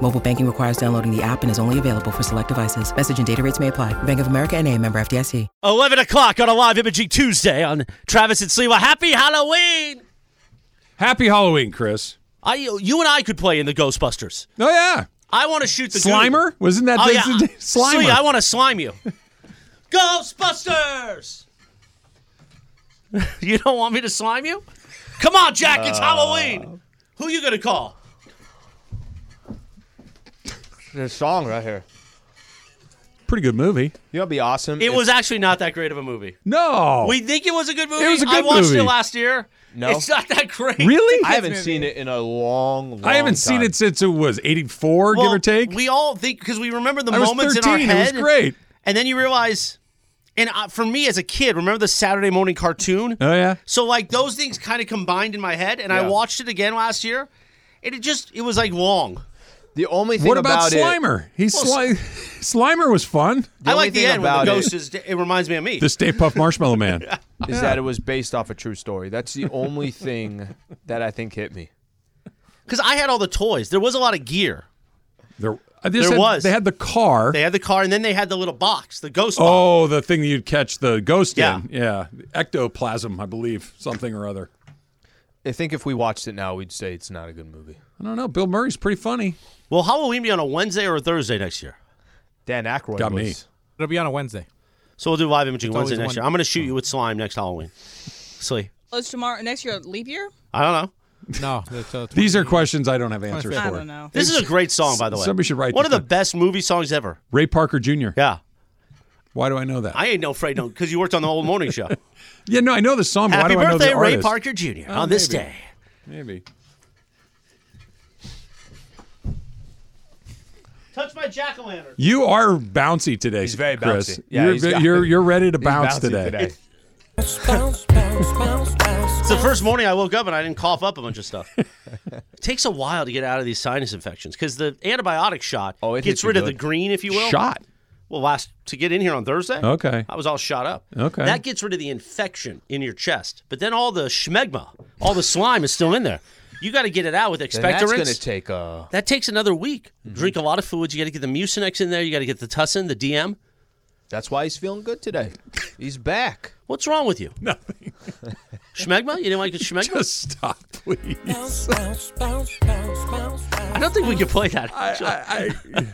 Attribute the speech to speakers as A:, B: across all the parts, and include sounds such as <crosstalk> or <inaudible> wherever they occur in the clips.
A: Mobile banking requires downloading the app and is only available for select devices. Message and data rates may apply. Bank of America and a member FDIC.
B: 11 o'clock on a live imaging Tuesday on Travis and Sliwa. Happy Halloween!
C: Happy Halloween, Chris.
B: I, you and I could play in the Ghostbusters.
C: Oh yeah,
B: I want to shoot the
C: Slimer
B: Goon.
C: wasn't that
B: Oh,
C: the-
B: yeah.
C: the- <laughs> Slimer?
B: Slee, I want to slime you. <laughs> Ghostbusters! you don't want me to slime you? Come on, Jack,
C: Uh,
B: it's Halloween. Who you going to call?
D: There's a song right here.
C: Pretty good movie.
D: You know, what'd be awesome.
B: It
D: if-
B: was actually not that great of a movie.
C: No,
B: We think it was a good movie.
C: Oh. was a
B: I
C: good
B: watched it
C: movie.
B: last year.
D: No.
B: It's not that great.
C: really?
D: I haven't seen it in a long, long
C: I haven't seen
D: time.
C: it since it was '84, give
B: Well,
C: or take.
B: We all think because we remember the
C: I was
B: moments
C: 13.
B: in our head.
C: It was great.
B: And then you realize, and uh, for me as a kid, remember the Saturday morning cartoon?
C: Oh yeah,
B: So like those things kind of combined in my head, and I
D: Yeah.
B: watched it again last year, and it just it was like long.
D: The only thing
C: what about,
D: it-
C: Slimer? He's Sli- <laughs> Slimer was fun.
B: I like
D: only
B: the
D: thing
B: end when the
D: about it-
B: ghost is. It reminds me of me.
C: The Stay Puff Marshmallow
D: <laughs>
C: Man.
D: is that it was based off a true story. That's the
C: <laughs>
D: only thing that I think hit me.
B: Because I had all the toys. There was a lot of gear.
C: There, I just
B: There
C: had-
B: was.
C: They had the car.
B: They had the car, and then they had the little box, the ghost box.
C: oh, the thing that you'd catch the ghost
B: Yeah.
C: in. Yeah, ectoplasm, I believe, something or other.
D: I think if we watched it now, we'd say it's not a good movie.
C: I don't know. Bill Murray's pretty funny.
B: Will Halloween be on a Wednesday or a Thursday next year?
D: Dan Aykroyd
C: Got
D: was.
C: me.
E: It'll be on a Wednesday.
B: So we'll do live imaging Wednesday
E: always
B: next
E: one-
B: year. I'm going to shoot you with slime next Halloween. <laughs> Slee,
F: Oh, it's tomorrow next year leap year?
B: I don't know.
E: No, it's, uh,
C: <laughs> These
E: <laughs>
C: are questions I don't have answers for.
F: I don't know.
B: This is a great song, by the way.
C: somebody should write
B: one of
C: this
B: the
C: down.
B: best movie songs ever.
C: Ray Parker Jr.
B: Yeah,
C: Why do I know that?
B: I ain't no afraid no because you worked on the old morning show.
C: <laughs> yeah, no, I know the song. But
B: Happy
C: why do
B: birthday,
C: I know the
B: Ray
C: artist? Oh,
B: Parker Jr.
F: Oh,
B: on this
C: maybe.
B: day.
C: Maybe.
B: Touch my jack o' lantern.
C: You are bouncy today.
D: He's very
C: Chris.
D: bouncy. Yeah,
C: you're,
D: he's got-
C: you're you're ready to
D: He's
C: bounce
D: bouncy
C: today.
B: It's the first morning I woke up and I didn't cough up a bunch of stuff. it <laughs> takes a while to get out of these sinus infections because the antibiotic shot
D: Oh, it
B: gets
D: hits you
B: rid of the
D: good.
B: green, if you will.
C: Shot.
B: Well, last to get in here on Thursday.
C: Okay.
B: I was all shot up.
C: Okay.
B: That gets rid of the infection in your chest, but then all the schmegma, all the slime is still in there. You got to get it out with
D: Then that's
B: expectorants.
D: going to take a.
B: That takes another week.
D: Mm-hmm.
B: Drink a lot of fluids. You got to get the mucinex in there. You got to get the tussin, the DM.
D: That's why he's feeling good today. He's back.
B: What's wrong with
D: <laughs>
B: you? Nothing. Schmegma? You didn't like the schmegma?
C: Just stop, please.
B: I don't think we can play that. <laughs>
C: I, I,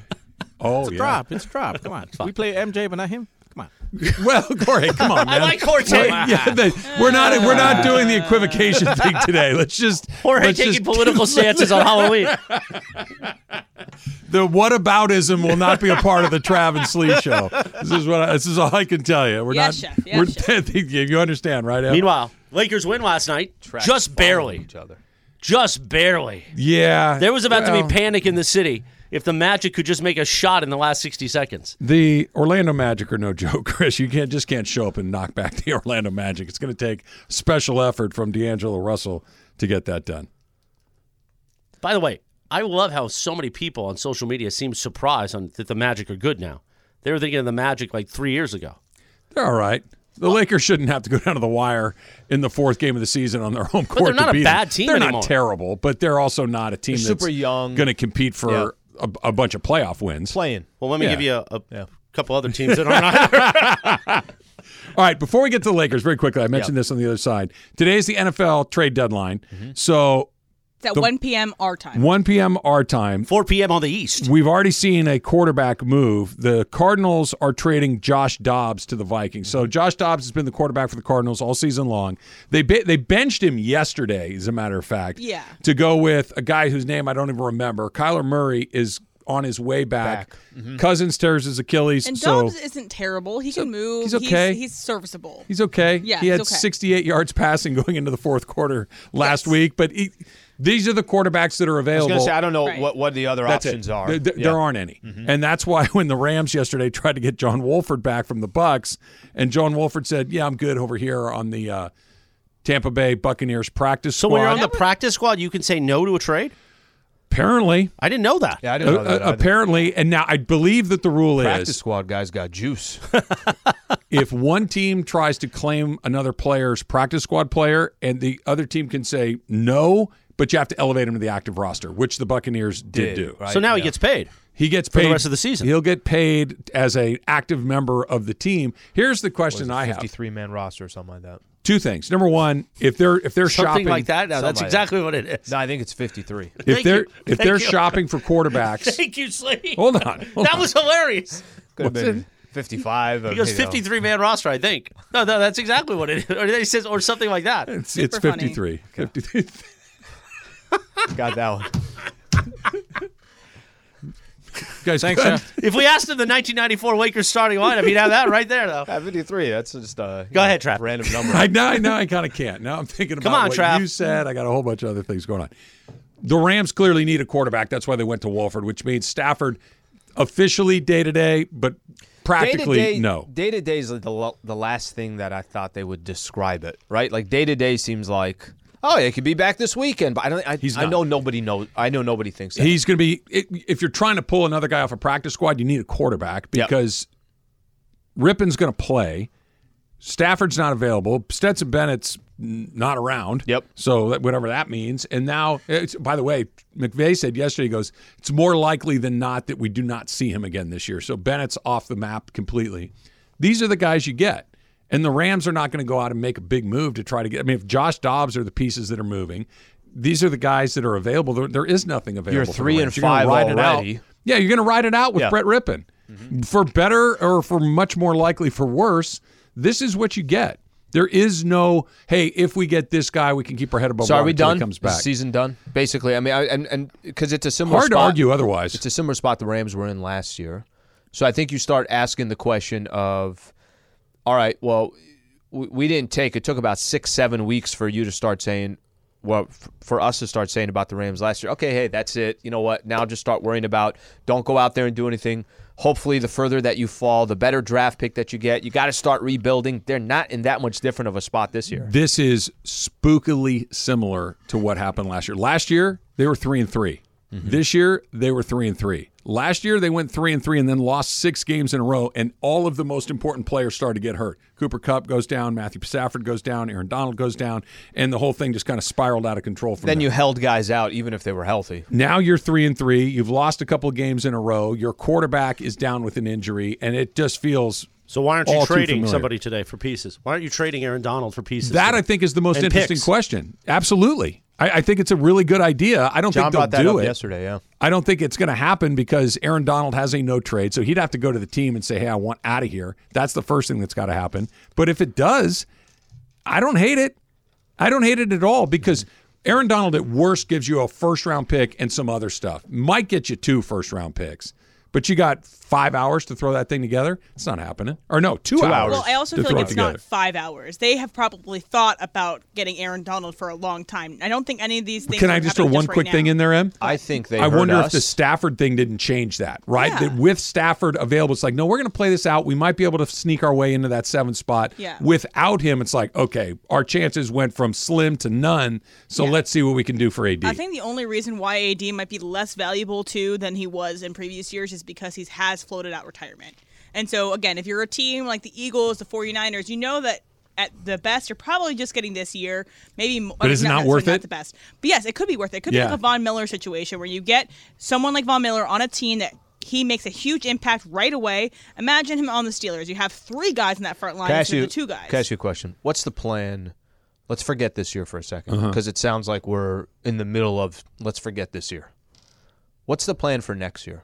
C: oh yeah.
E: drop. It's a drop. Come on. we play MJ, but not him. Come on.
B: <laughs>
E: <laughs>
C: Well, <laughs> Corey, come on, man.
B: I like Jorge.
C: Wait, yeah, the- we're not we're not doing the equivocation thing today. Let's just
B: Jorge
C: let's
B: taking
C: just- <laughs>
D: <laughs>
B: political stances on Halloween.
C: The whataboutism will not be a part of the Trav and Slee show. This is what I, this is all I can tell you. We're
F: Yes,
C: not.
F: chef. Yes,
C: we're,
F: chef.
C: <laughs> You understand, right? Em?
B: Meanwhile, Lakers win last night.
D: Tracks
B: just
D: following
B: barely.
D: Each other.
B: Just barely.
C: yeah,
B: There was about to
C: well,
B: be panic in the city if the Magic could just make a shot in the last 60 seconds.
C: The Orlando Magic are no <laughs> joke, Chris. You can't just can't show up and knock back the <laughs> Orlando Magic. It's going to take special effort from D'Angelo Russell to get that done.
B: By the way, I love how so many people on social media seem surprised on, that the Magic are good now. They were thinking of the Magic like three years ago.
C: They're all right. The Lakers shouldn't have to go down to the wire in the fourth game of the season on their home court.
B: they're not
C: to
B: a
C: beat
B: bad
C: them.
B: team
C: They're
B: anymore.
C: not terrible, but they're also not a team
D: They're
C: that's
D: super young.
C: going to compete for a, a bunch of playoff wins.
D: Playing.
B: Well, let me
C: Yeah.
B: give you a, a couple other teams that <laughs> aren't either.
C: All right, before we get to the Lakers, very quickly, I mentioned this on the other side. Today's the NFL trade deadline,
B: Mm-hmm.
C: so
F: It's at 1 p.m. our time.
C: 1 p.m. our time.
B: 4 p.m. on the East.
C: We've already seen a quarterback move. The Cardinals are trading Josh Dobbs to the Vikings. So Josh Dobbs has been the quarterback for the Cardinals all season long. They be- they benched him yesterday, as a matter of fact.
F: Yeah.
C: To go with a guy whose name I don't even remember. Kyler Murray is on his way back.
D: Mm-hmm.
C: Cousins tears his Achilles.
F: and
C: so
F: Dobbs isn't terrible. He can move.
C: he's okay.
F: He's, serviceable.
C: He's okay.
F: Yeah,
C: he had
F: he's okay.
C: <laughs> 68 yards passing going into the fourth quarter last week, but he, These are the quarterbacks that are
D: I was
C: available.
D: gonna say I don't know
F: Right.
D: what, what the other
C: That's it.
D: options are.
C: There, there-
D: Yeah. Mm-hmm.
C: there aren't any, and that's why when the Rams yesterday tried to get John Wolford back from the Bucks, and John Wolford said, "Yeah, I'm good over here on the uh, Tampa Bay Buccaneers practice
B: So
C: squad."
B: when you're on the practice squad, you can say no to a trade.
C: apparently,
B: I didn't know that.
D: Yeah, I didn't know
C: uh,
D: that.
C: uh,
D: either.
C: apparently, and now I believe that the rule
D: practice
C: is
D: squad guys got juice.
C: if one team tries to claim another player's practice squad player, and the other team can say no. But you have to elevate him to the active roster, which the Buccaneers did, do.
B: so now he gets paid.
C: He gets paid
B: the rest of the season.
C: He'll get paid as a active member of the team. Here's the question I have:
D: Fifty-three man roster or something like that.
C: two things. Number one, if they're if they're
B: Something
C: shopping
B: like that. No,
D: Something
B: that's
D: like
B: exactly what it is.
D: No, I think it's fifty-three.
C: if
B: Thank
C: they're
B: you. Thank
C: if they're
B: you.
C: shopping
B: <laughs>
C: for quarterbacks,
B: Thank you, Slee.
C: hold on, hold
B: that
C: on.
B: was hilarious.
D: Could have been fifty-five.
B: He goes 53 man roster, I think. No, no, that's exactly what it is. <laughs> Or he says, or something like that.
C: it's, it's
F: Super funny.
C: 53. 53.
D: Got that one.
C: Guys,
E: Thanks, Jeff.
B: If we asked him the 1994 Lakers starting lineup, he'd have that right there,
D: <laughs>
B: though.
D: Yeah, fifty-three. That's just uh, a
B: Go ahead, Trap. <laughs>
D: Random number.
C: I now, now I kind of can't. Now I'm thinking about
B: Come on,
C: what
B: Trav.
C: you said. I got a whole bunch of other things going on. The Rams clearly need a quarterback. That's why they went to Walford, which means Stafford officially day to day, but practically
D: day-to-day,
C: no.
D: Day to day is like the lo- the last thing that I thought they would describe it, right? Like day to day seems like, oh, it could be back this weekend, but I don't. I,
C: He's
D: I
C: not.
D: know nobody knows. I know nobody thinks that.
C: He's going to be. i- If you're trying to pull another guy off a practice squad, you need a quarterback
D: Yep.
C: because Rippon's going to play. Stafford's not available. Stetson Bennett's n- not around.
D: Yep.
C: So that, whatever that means. And now, it's, by the way, McVay said yesterday, he goes, it's more likely than not that we do not see him again this year. So Bennett's off the map completely. These are the guys you get. And the Rams are not going to go out and make a big move to try to get. I mean, if Josh Dobbs are the pieces that are moving, these are the guys that are available. There, there is nothing available. for the
D: three and
C: Rams. You're gonna
D: five
C: ride it out.
D: already.
C: Yeah, you're going to ride it out with
D: Yeah.
C: Brett
D: Mm-hmm.
C: Rippon. For better or for much more likely for worse, this is what you get. There is no, hey, if we get this guy, we can keep our head above
D: so
C: water
D: are we
C: until
D: done?
C: he comes
D: Is
C: back.
D: the season done? Basically, I mean, I, and and because it's a similar
C: Hard to
D: spot-
C: argue otherwise.
D: It's a similar spot the Rams were in last year. So I think you start asking the question of, all right, well, we, we didn't take. It took about six, seven weeks for you to start saying, well, f- for us to start saying about the Rams last year. Okay, hey, that's it. You know what? Now just start worrying about. Don't go out there and do anything. Hopefully, the further that you fall, the better draft pick that you get. You got to start rebuilding. They're not in that much different of a spot this year.
C: This is spookily similar to what happened last year. Last year they were three and 3
D: Mm-hmm.
C: This year they were three and three. Last year they went three and three and then lost six games in a row, and all of the most important players started to get hurt. Cooper Cup goes down, Matthew Stafford goes down, Aaron Donald goes down, and the whole thing just kind of spiraled out of control. From
D: Then
C: there.
D: you held guys out, even if they were healthy.
C: Now you're three and three. You've lost a couple of games in a row. Your quarterback is down with an injury, and it just feels
B: So why aren't you
C: all too
B: trading
C: familiar.
B: somebody today for pieces? Why aren't you trading Aaron Donald for pieces?
C: That
B: today?
C: I think is the most
B: And
C: interesting
B: picks.
C: question. Absolutely, I, I think it's a really good idea. I don't
D: John
C: think
D: brought
C: they'll
D: that
C: do
D: up
C: it.
D: yesterday. Yeah.
C: I don't think it's going to happen because Aaron Donald has a no trade, so he'd have to go to the team and say, "Hey, I want out of here." That's the first thing that's got to happen. But if it does, I don't hate it. I don't hate it at all because Aaron Donald at worst gives you a first round pick and some other stuff. Might get you two first round picks, but you got five hours to throw that thing together. It's not happening. Or no, two, hours.
F: Well, I also
C: to
F: feel
C: throw
F: like
C: it
F: it's
C: together.
F: not five hours. They have probably thought about getting Aaron Donald for a long time. I don't think any of these things.
C: Can
F: are
C: I just throw
F: happening
C: one
F: right
C: quick
F: now.
C: thing in there, Em?
D: I think they.
C: I
D: heard
C: wonder if the
D: us.
C: Stafford thing didn't change that, right?
F: Yeah.
C: That with Stafford available, it's like, no, we're going to play this out. We might be able to sneak our way into that seventh spot.
F: Yeah.
C: Without him, it's like, okay, our chances went from slim to none. So let's see what we can do for AD.
F: I think the only reason why AD might be less valuable too than he was in previous years is because he has floated out retirement. And so, again, if you're a team like the Eagles, the 49ers, you know that at the best you're probably just getting this year. Maybe,
C: But is it not worth it?
F: the best. But yes, it could be worth it. It could
C: Yeah.
F: be like a Von Miller situation where you get someone like Von Miller on a team that. He makes a huge impact right away. Imagine him on the Steelers. You have three guys in that front line
D: Can I ask
F: instead of
D: you-
F: the two guys.
D: Can I ask you a question? What's the plan? Let's forget this year for a second
C: Uh-huh.
D: because it sounds like we're in the middle of let's forget this year. What's the plan for next year?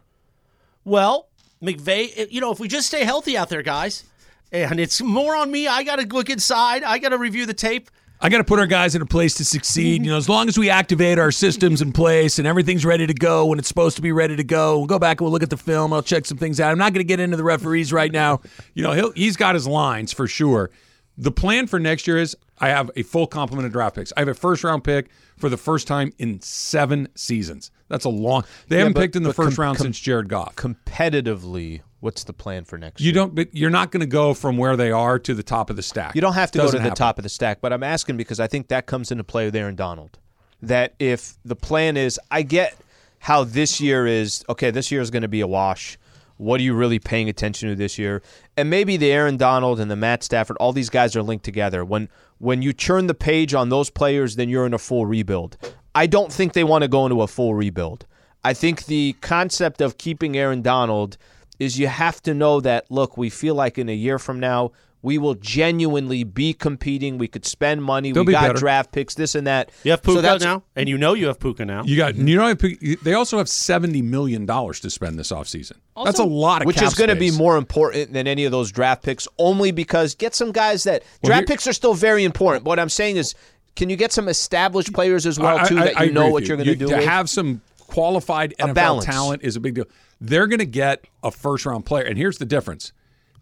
B: Well, McVay, you know, if we just stay healthy out there, guys, and it's more on me. I got to look inside. I got to review the tape.
C: I got to put our guys in a place to succeed. You know, as long as we activate our systems in place and everything's ready to go when it's supposed to be ready to go, we'll go back and we'll look at the film. I'll check some things out. I'm not going to get into the referees right now. You know, he'll, he's got his lines for sure. the plan for next year is I have a full complement of draft picks. I have a first round pick for the first time in seven seasons. That's a long. They haven't
D: but-
C: picked in the
D: but com-
C: first round
D: com-
C: since Jared Goff.
D: Competitively, what's the plan for next
C: you
D: year?
C: don't. But you're not going to go from where they are to the top of the stack.
D: You don't have to go to
C: Doesn't
D: the
C: happen.
D: top of the stack, but I'm asking because I think that comes into play with Aaron Donald. That if the plan is, I get how this year is, okay, this year is going to be a wash. What are you really paying attention to this year? And maybe the Aaron Donald and the Matt Stafford, all these guys are linked together. When when you turn the page on those players, then you're in a full rebuild. I don't think they want to go into a full rebuild. I think the concept of keeping Aaron Donald is you have to know that look, we feel like in a year from now we will genuinely be competing. We could spend money.
C: They'll
D: we
C: be
D: got
C: better.
D: draft picks, this and that.
B: You have
D: So
B: Puka
D: that's-
B: now, and you know you have Puka now.
C: You got. You know. They also have seventy million dollars to spend this offseason. That's a
F: Also-
C: lot of.
D: Which
C: cap
D: is going to be
C: space.
D: more important than any of those draft picks, only because get some guys that
C: here-
D: draft picks are still very important. What I'm saying is, can you get some established players as well too that you
C: agree
D: know
C: with
D: what are going
C: You-
D: to do?
C: To
D: with?
C: have some qualified NFL
D: balance.
C: talent is a big deal. They're going to get a first round player, and here's the difference: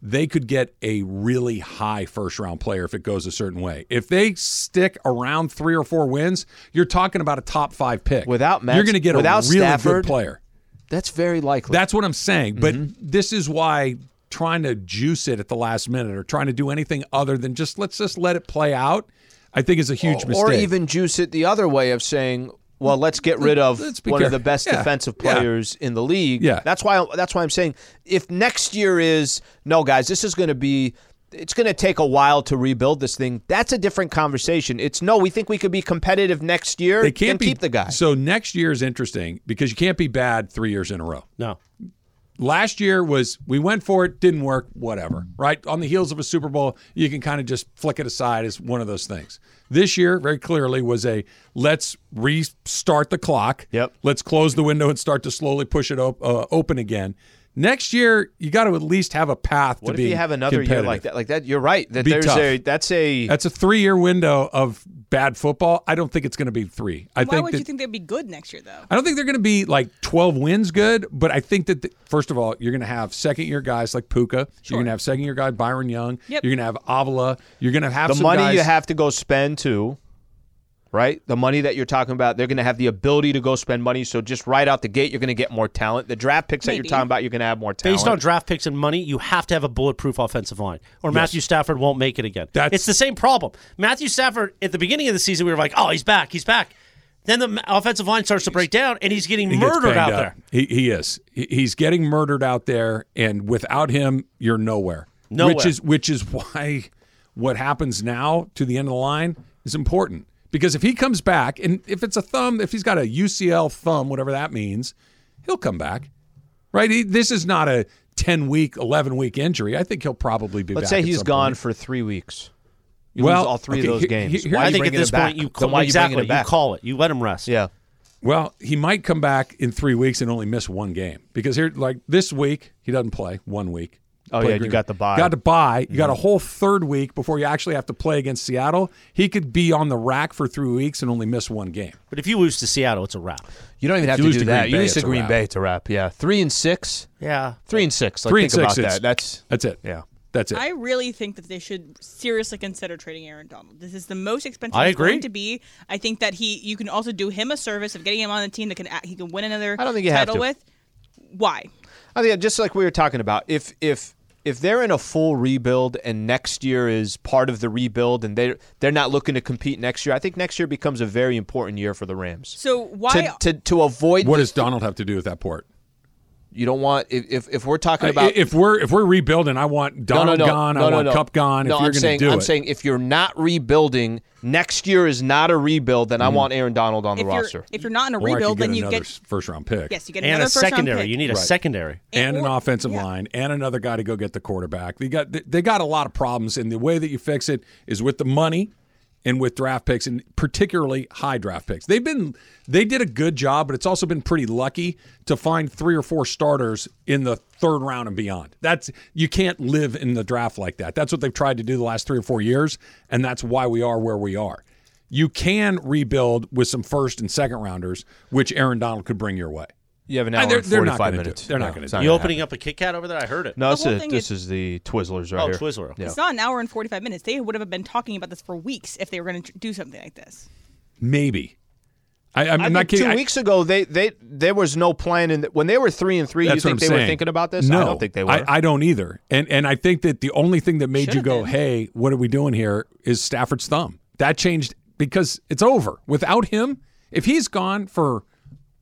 C: they could get a really high first round player if it goes a certain way. If they stick around three or four wins, you're talking about a top five pick.
D: Without Matt-
C: you're going to get
D: without
C: a really
D: Stafford,
C: good player.
D: That's very likely. Mm-hmm.
C: That's what I'm saying. But this is why trying to juice it at the last minute or trying to do anything other than just let's just let it play out, I think is a huge mistake.
D: Oh, Or even juice it the other way of saying, well, let's get rid of one
C: Let's be
D: of the
C: careful.
D: best
C: Yeah.
D: defensive
C: Yeah.
D: players in the league.
C: Yeah.
D: That's why that's why I'm saying if next year is no guys, this is going to be it's going to take a while to rebuild this thing. That's a different conversation. It's no, we think we could be competitive next year.
C: They can't be,
D: then keep the guy.
C: So next year is interesting because you can't be bad three years in a row.
B: No,
C: Last year was we went for it, didn't work, whatever. Right on the heels of a Super Bowl, you can kind of just flick it aside as one of those things. This year, very clearly, was a let's restart the clock.
D: Yep.
C: Let's close the window and start to slowly push it op- uh, open again. Next year, you got to at least have a path
D: what
C: to
D: if
C: be.
D: you have another year like that? Like that, you're right. That
C: Be
D: there's
C: tough.
D: a that's a
C: That's a three-year window of bad football. I don't think it's going to be three. I
F: Why
C: think
F: would
C: that,
F: you think they'd be good next year, though?
C: I don't think they're going to be like 12 wins good, but I think that, the, first of all, you're going to have second year guys like Puka. You're going to have second year guy Byron Young.
F: Yep.
C: You're going to have Avila. You're going to have
D: the
C: some
D: money
C: guys-
D: you have to go spend too, right? The money that you're talking about, they're going to have the ability to go spend money. So just right out the gate, you're going to get more talent. The draft picks that
F: Maybe.
D: you're talking about, you're going to have more talent.
B: based on draft picks and money, you have to have a bulletproof offensive line, or Matthew Stafford won't make it again.
C: That's-
B: it's the same problem. Matthew Stafford at the beginning of the season, we were like, "Oh, he's back, he's back." Then the offensive line starts to break down, and he's getting
C: He gets
B: murdered
C: banged
B: out
C: up.
B: there.
C: He, he is. He- he's getting murdered out there, and without him, you're nowhere. Which
B: Nowhere.
C: is which is why what happens now to the end of the line is important because if he comes back and if it's a thumb, if he's got a UCL thumb, whatever that means, he'll come back. Right? He, this is not a ten week, eleven week injury. I think he'll probably be.
D: Let's
C: back
D: say
C: at
D: he's
C: some
D: gone
C: point.
D: for three weeks. You
C: Well,
D: lose all three
C: okay,
D: of those
C: he-
D: games.
C: he- here-
D: Why are
B: I
D: you
B: think at
D: bringing
B: this
D: him back?
B: point, you
D: Then why
B: call,
D: are you bringing
B: exactly
D: him back?
B: you call it, you let him rest.
D: Yeah.
C: Well, he might come back in three weeks and only miss one game because here, like this week, he doesn't play one week.
D: Oh,
C: Played
D: yeah, you got the bye. Mm-hmm.
C: Got to buy. You got a whole third week before you actually have to play against Seattle. He could be on the rack for three weeks and only miss one game.
B: But if you lose to Seattle, it's a wrap.
D: You don't even have
C: you
D: to
C: lose
D: do
C: to
D: that.
C: Green
D: you
C: Bay,
D: lose to
C: it's a
D: Green
C: wrap.
D: Bay to wrap. Yeah. Three and six.
B: Yeah,
D: Three and six. Like,
C: Three
D: think
C: and six.
D: about
C: it's-
D: that. That's
C: that's it.
D: Yeah.
C: that's it.
F: I really think that they should seriously consider trading Aaron Donald. This is the most expensive
B: I
F: he's
B: agree.
F: going to be. I think that he you can also do him a service of getting him on the team that can act- he can win another
D: I don't think you have
F: title
D: to.
F: with. Why?
D: I think just like we were talking about, if if if they're in a full rebuild and next year is part of the rebuild and they they're not looking to compete next year, I think next year becomes a very important year for the Rams.
F: So why
D: To, to, to avoid
C: what does Donald have to do with that port?
D: you don't want if, if, if we're talking about
C: if we're if we're rebuilding, I want
D: no, no,
C: Donald
D: no,
C: gone.
D: no,
C: I
D: no,
C: want
D: no.
C: Cup gone.
D: No,
C: if you're
D: I'm
C: going
D: saying
C: to do
D: I'm
C: it,
D: saying if you're not rebuilding, next year is not a rebuild, then I want Aaron Donald on
F: if
D: the
F: you're
D: roster.
F: if you're not in a
C: Mm-hmm. or I could
F: rebuild,
C: get
F: then you
C: another
F: get
C: first round pick.
F: yes, you get
B: and a
F: another first round
B: secondary.
F: pick.
B: You need a
C: Right.
B: secondary.
C: and an
F: or-
C: offensive
F: yeah.
C: line and another guy to go get the quarterback. They got they, they got a lot of problems, and the way that you fix it is with the money and with draft picks, and particularly high draft picks. They've been they did a good job, but it's also been pretty lucky to find three or four starters in the third round and beyond. That's you can't live in the draft like that. That's what they've tried to do the last three or four years, and that's why we are where we are. You can rebuild with some first and second rounders, which Aaron Donald could bring your way.
D: You have an hour
C: they're,
D: and
C: they're not
D: 45
C: going to do it.
D: minutes.
C: They're
D: No,
C: not going
D: it's
C: to do
B: You
D: gonna
B: opening up a Kit Kat over there? I heard it.
D: No, this,
F: whole
D: is,
F: thing
D: this is the Twizzlers right
B: oh,
D: here.
B: Twizzler.
D: Yeah.
F: It's not an hour and 45 minutes. They would have been talking about this for weeks if they were going to do something like this.
C: Maybe. I, I'm
D: I
C: not
D: think
C: kidding.
D: Two
C: I-
D: weeks ago, they, they there was no plan in the, when they were three and three.
C: That's
D: you think
C: what I'm
D: they were
C: saying.
D: thinking about this?
C: No,
D: I don't think they were.
C: I, I don't either. And and I think that the only thing that made you
F: Should've
C: go,
F: been.
C: "Hey, what are we doing here?" is Stafford's thumb. That changed because it's over. Without him, if he's gone for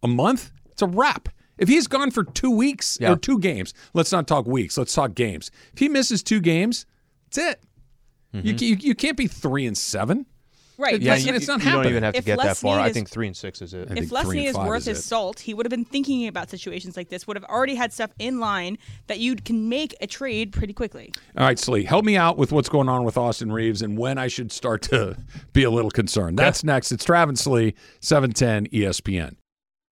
C: a month, it's a wrap. If he's gone for two weeks
D: Yeah.
C: or two games, let's not talk weeks. Let's talk games. If he misses two games, that's it. You,
D: Mm-hmm.
C: you you can't be three and seven.
F: Right.
C: Yeah,
F: but
C: you-
F: if-
C: it's not
D: you don't
C: happening.
D: even have to
F: If
D: get that
F: Les
D: far.
F: Snead
D: I
F: is-
D: think three and six is it.
C: I
F: if
C: think three
F: Lesney
C: and
F: is
C: five
F: worth
C: is
F: his
C: it.
F: salt, he would have been thinking about situations like this, would have already had stuff in line that you can make a trade pretty quickly.
C: All right, Slee, help me out with what's going on with Austin Reeves and when I should start to <laughs> be a little concerned. That's next. It's Travis Slee, E 710 ESPN.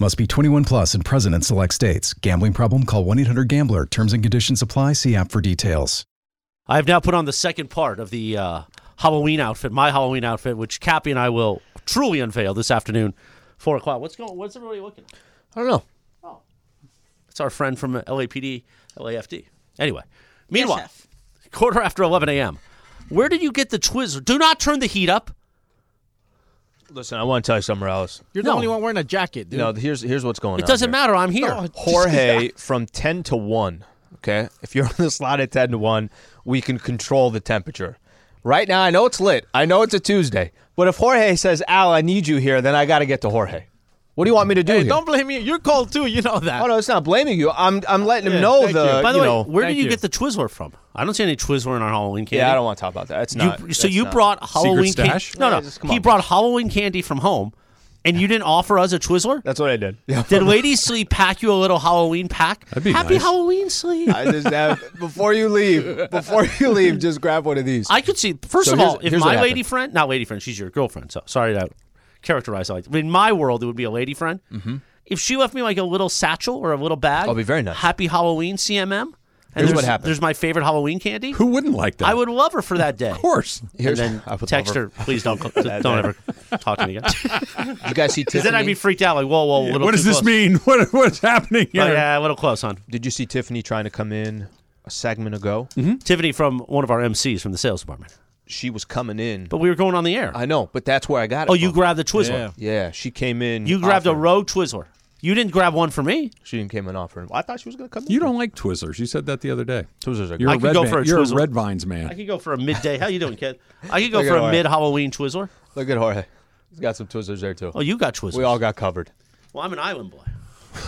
G: Must be 21 plus and present in select states. Gambling problem? Call 1 800 Gambler. Terms and conditions apply. See app for details.
B: I have now put on the second part of the uh, Halloween outfit, my Halloween outfit, which Cappy and I will truly unveil this afternoon, four o'clock. What's going? What's everybody looking? at?
D: I don't know.
F: Oh.
B: It's our friend from LAPD, LAFD. Anyway, meanwhile,
F: Yes, Chef.
B: quarter after eleven a.m. Where did you get the Twizzler? Do not turn the heat up.
D: Listen, I want to tell you something, Morales.
E: You're
B: No.
E: the only one wearing a jacket, dude.
D: No, here's here's what's going on.
B: It doesn't
D: here.
B: matter. I'm here.
D: Jorge from 10 to 1. Okay. If you're <laughs> on the slot at 10 to 1, we can control the temperature. Right now, I know it's lit. I know it's a Tuesday. But if Jorge says, Al, I need you here, then I got to get to Jorge. What do you want me to do?
E: Hey,
D: here?
E: don't blame me. You're cold too. You know that.
D: Oh, no, it's not blaming you. I'm, I'm letting him know
E: thank
D: the.
E: you.
B: By the
D: you
B: way,
D: know-
B: where did
E: thank
B: you,
E: you.
B: get the Twizzler from? I don't see any Twizzler in our Halloween candy.
D: yeah, I don't want to talk about that. It's
B: You-
D: not.
B: so
D: it's
B: you
D: not.
B: brought Halloween candy?
C: stash?
B: No, no.
D: Yeah, just come
B: he
D: on.
B: brought Halloween candy from home, and you didn't offer us a Twizzler.
D: That's what I did. Yeah.
B: Did <laughs> Lady Slee pack you a little Halloween pack?
C: That'd be
B: Happy
C: nice.
B: Halloween, Slee. I,
D: I
B: <laughs>
D: just have, before you leave, before you leave, just grab one of these.
B: could see. First
D: So
B: of
D: here's-
B: all, if
D: here's
B: my
D: what
B: lady
D: happened.
B: friend, not lady friend, she's your girlfriend. So sorry to characterize it like. In my world, it would be a lady friend. Mm-hmm. If she left me like a little satchel or a little bag,
D: That'd be very nice.
B: Happy Halloween, CMM. And
D: Here's
B: there's,
D: what happened.
B: There's my favorite Halloween candy.
C: Who wouldn't like that?
B: I would love her for that
D: <laughs>
B: day.
C: Of course.
D: Here's-
B: and
D: <laughs> I
B: then
D: would
B: text
D: love her.
B: her, please don't
D: <laughs>
B: don't ever talk to me again.
D: you
B: <laughs>
D: guys see Tiffany?
B: Because then I'd be freaked out, like, whoa, whoa, a little
C: What does
B: too
C: this
B: close.
C: mean? <laughs> What, what's happening here?
B: But, Oh, yeah, a little close, hon.
D: Did you see Tiffany trying to come in a segment ago?
B: Mm-hmm. Tiffany from one of our MCs from the sales department.
D: She was coming in.
B: But we were going on the air.
D: I know, but that's where I got it.
B: Oh, you
D: from.
B: grabbed the Twizzler.
E: Yeah.
D: Yeah, she came in.
B: You grabbed a
D: offered.
B: rogue Twizzler. You didn't grab one for me.
D: She didn't came in offering. I thought she was going to come.
C: You don't like Twizzlers. You said that the other day.
D: Twizzlers are
C: You're
B: I
C: a
B: could
C: red
B: go
C: man-
B: for a
C: You're
B: Twizzler.
C: a Red Vines
B: I
C: man.
B: could go for a midday. How you doing, kid? I could go
D: Look
B: for
D: at
B: a
D: Ori.
B: mid Halloween Twizzler.
D: Look at Jorge. He's got some Twizzlers there too.
B: Oh, you got Twizzlers.
D: we all got covered.
B: well, I'm an island boy.
F: <laughs>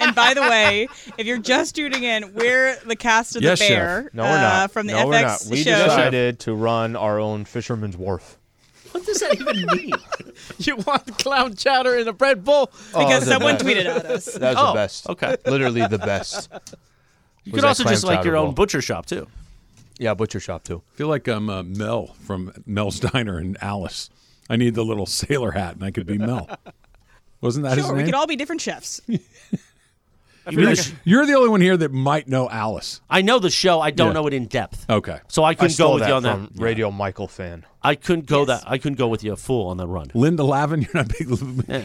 F: And by the way, if you're just tuning in, we're the cast of
C: Yes,
F: the
C: Chef.
F: Bear
D: No, we're
F: uh,
D: not.
F: from the FX
D: no, we're not. We
F: show.
D: decided to run our own Fisherman's Wharf.
B: What does that
E: <laughs>
B: even mean?
E: You want clown chowder in a bread bowl?
F: Because
D: the
F: someone
D: best.
F: tweeted at
E: <laughs>
F: us.
D: That was
B: Oh,
D: the best.
B: okay.
D: Literally
B: <laughs>
D: the best.
C: Uh,
B: You
D: Was
B: could
D: that
B: also
D: clam
B: just like
D: chowder
B: your
D: roll?
B: own butcher shop too.
D: Yeah, butcher shop too.
C: I feel like I'm uh, Mel from Mel's Diner in Alice. I need the little sailor hat, and I could be <laughs> Mel. Wasn't that his
F: Sure, we
C: name?
F: could all be different
C: <laughs>
F: chefs.
C: you're, you're the only one here that might know Alice.
B: I know the show. I don't
C: Yeah.
B: know it in depth.
C: Okay.
B: So I couldn't go
D: stole
B: with
D: that
B: you on
D: from
B: that.
D: Radio Michael fan.
B: I couldn't go that. I couldn't go with you full on the
C: <laughs>
B: run.
C: Linda Lavin, you're not big,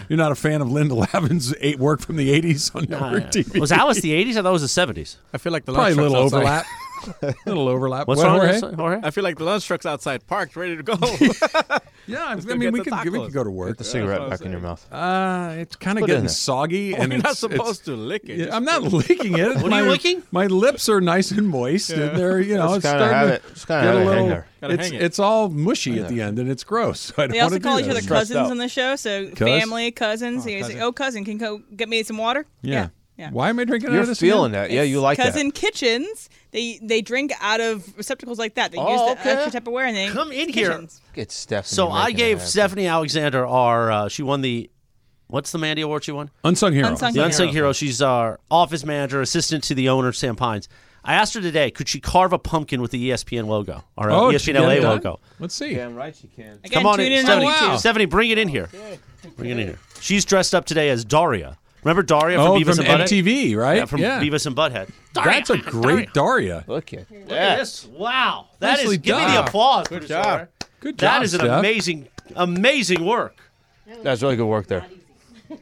C: you're not a fan of Linda Lavin's eight work from the 80s on network TV. <laughs>
B: Was Alice the 80s? I thought it was the 70s.
E: I feel like the
C: Probably a
E: lunch
C: little
E: truck's outside.
C: overlap.
E: <laughs>
C: <laughs> little overlap.
B: What's
C: What,
B: wrong
C: Jorge?
B: with this? Jorge?
E: I feel like the lunch truck's outside parked,
B: <laughs>
E: ready to go. <laughs>
C: Yeah, I
E: go
C: mean,
E: get
C: we
E: the
C: can we
E: tacos.
C: can go to work.
D: The cigarette back in your mouth.
C: Uh, it's kind of
D: Put it in
C: getting
D: there.
C: soggy, and
E: You're
C: it's,
E: not supposed
C: it's-
E: to lick it.
C: Yeah, I'm not licking it.
B: What are
C: my,
B: you
E: <laughs>
B: licking? <laughs>
C: My lips are nice and moist, and they're you know
D: Just
C: it's
D: kinda
C: starting
D: have
C: to
D: it- just kinda
C: get
D: have
C: a
D: it hang
C: little.
D: there.
E: Gotta
C: it's
E: hang it.
C: it's all mushy at the end, and it's gross. <laughs> So I don't
F: They
C: want
F: also
C: to do
F: call each
C: that.
F: other
D: Stressed
F: cousins
D: out.
F: on the show. So
C: Cuz?
F: family, cousins. he's like, oh, cousin, can go get me some water?
C: Yeah.
F: Yeah.
C: Why am I drinking out
D: You're
C: of this?
D: feeling
C: again?
D: that. Yeah, you like
F: Because
D: that.
F: in kitchens, they they drink out of receptacles like that. They
D: Oh,
F: use the
D: okay.
F: extra Tupperware and they
B: Come in here.
F: kitchens.
D: It's Stephanie.
B: So
D: you're
B: I
D: making
B: gave
D: it happen.
B: Stephanie Alexander our. Uh, she won the. What's the Mandy Award she won?
C: Unsung hero.
F: Unsung
B: The
F: hero.
B: unsung hero. She's our office manager, assistant to the owner, Sam Pines. I asked her today, could she carve a pumpkin with the E ESPN logo or uh,
C: Oh, did you
B: ESPN
C: get it
B: LA
C: done?
B: logo?
C: Let's see.
D: Damn right she can.
F: Again,
B: Come on
F: tune
B: in,
F: in on
B: Stephanie.
F: YouTube.
C: wow.
B: Stephanie, bring it in here. Bring it in here. She's dressed up today as Daria. Remember Daria
C: Oh,
B: from Beavis
C: from
B: and Butthead?
C: MTV, right?
B: Yeah, from Beavis and Butthead.
C: That's a great Daria.
D: Look at
B: Look at this. Wow. That is.
C: Nicely
B: Give me the
C: done.
B: applause. Good
E: job.
C: Good job.
B: That is an
C: Steph.
B: amazing, amazing work.
D: That's really good work there.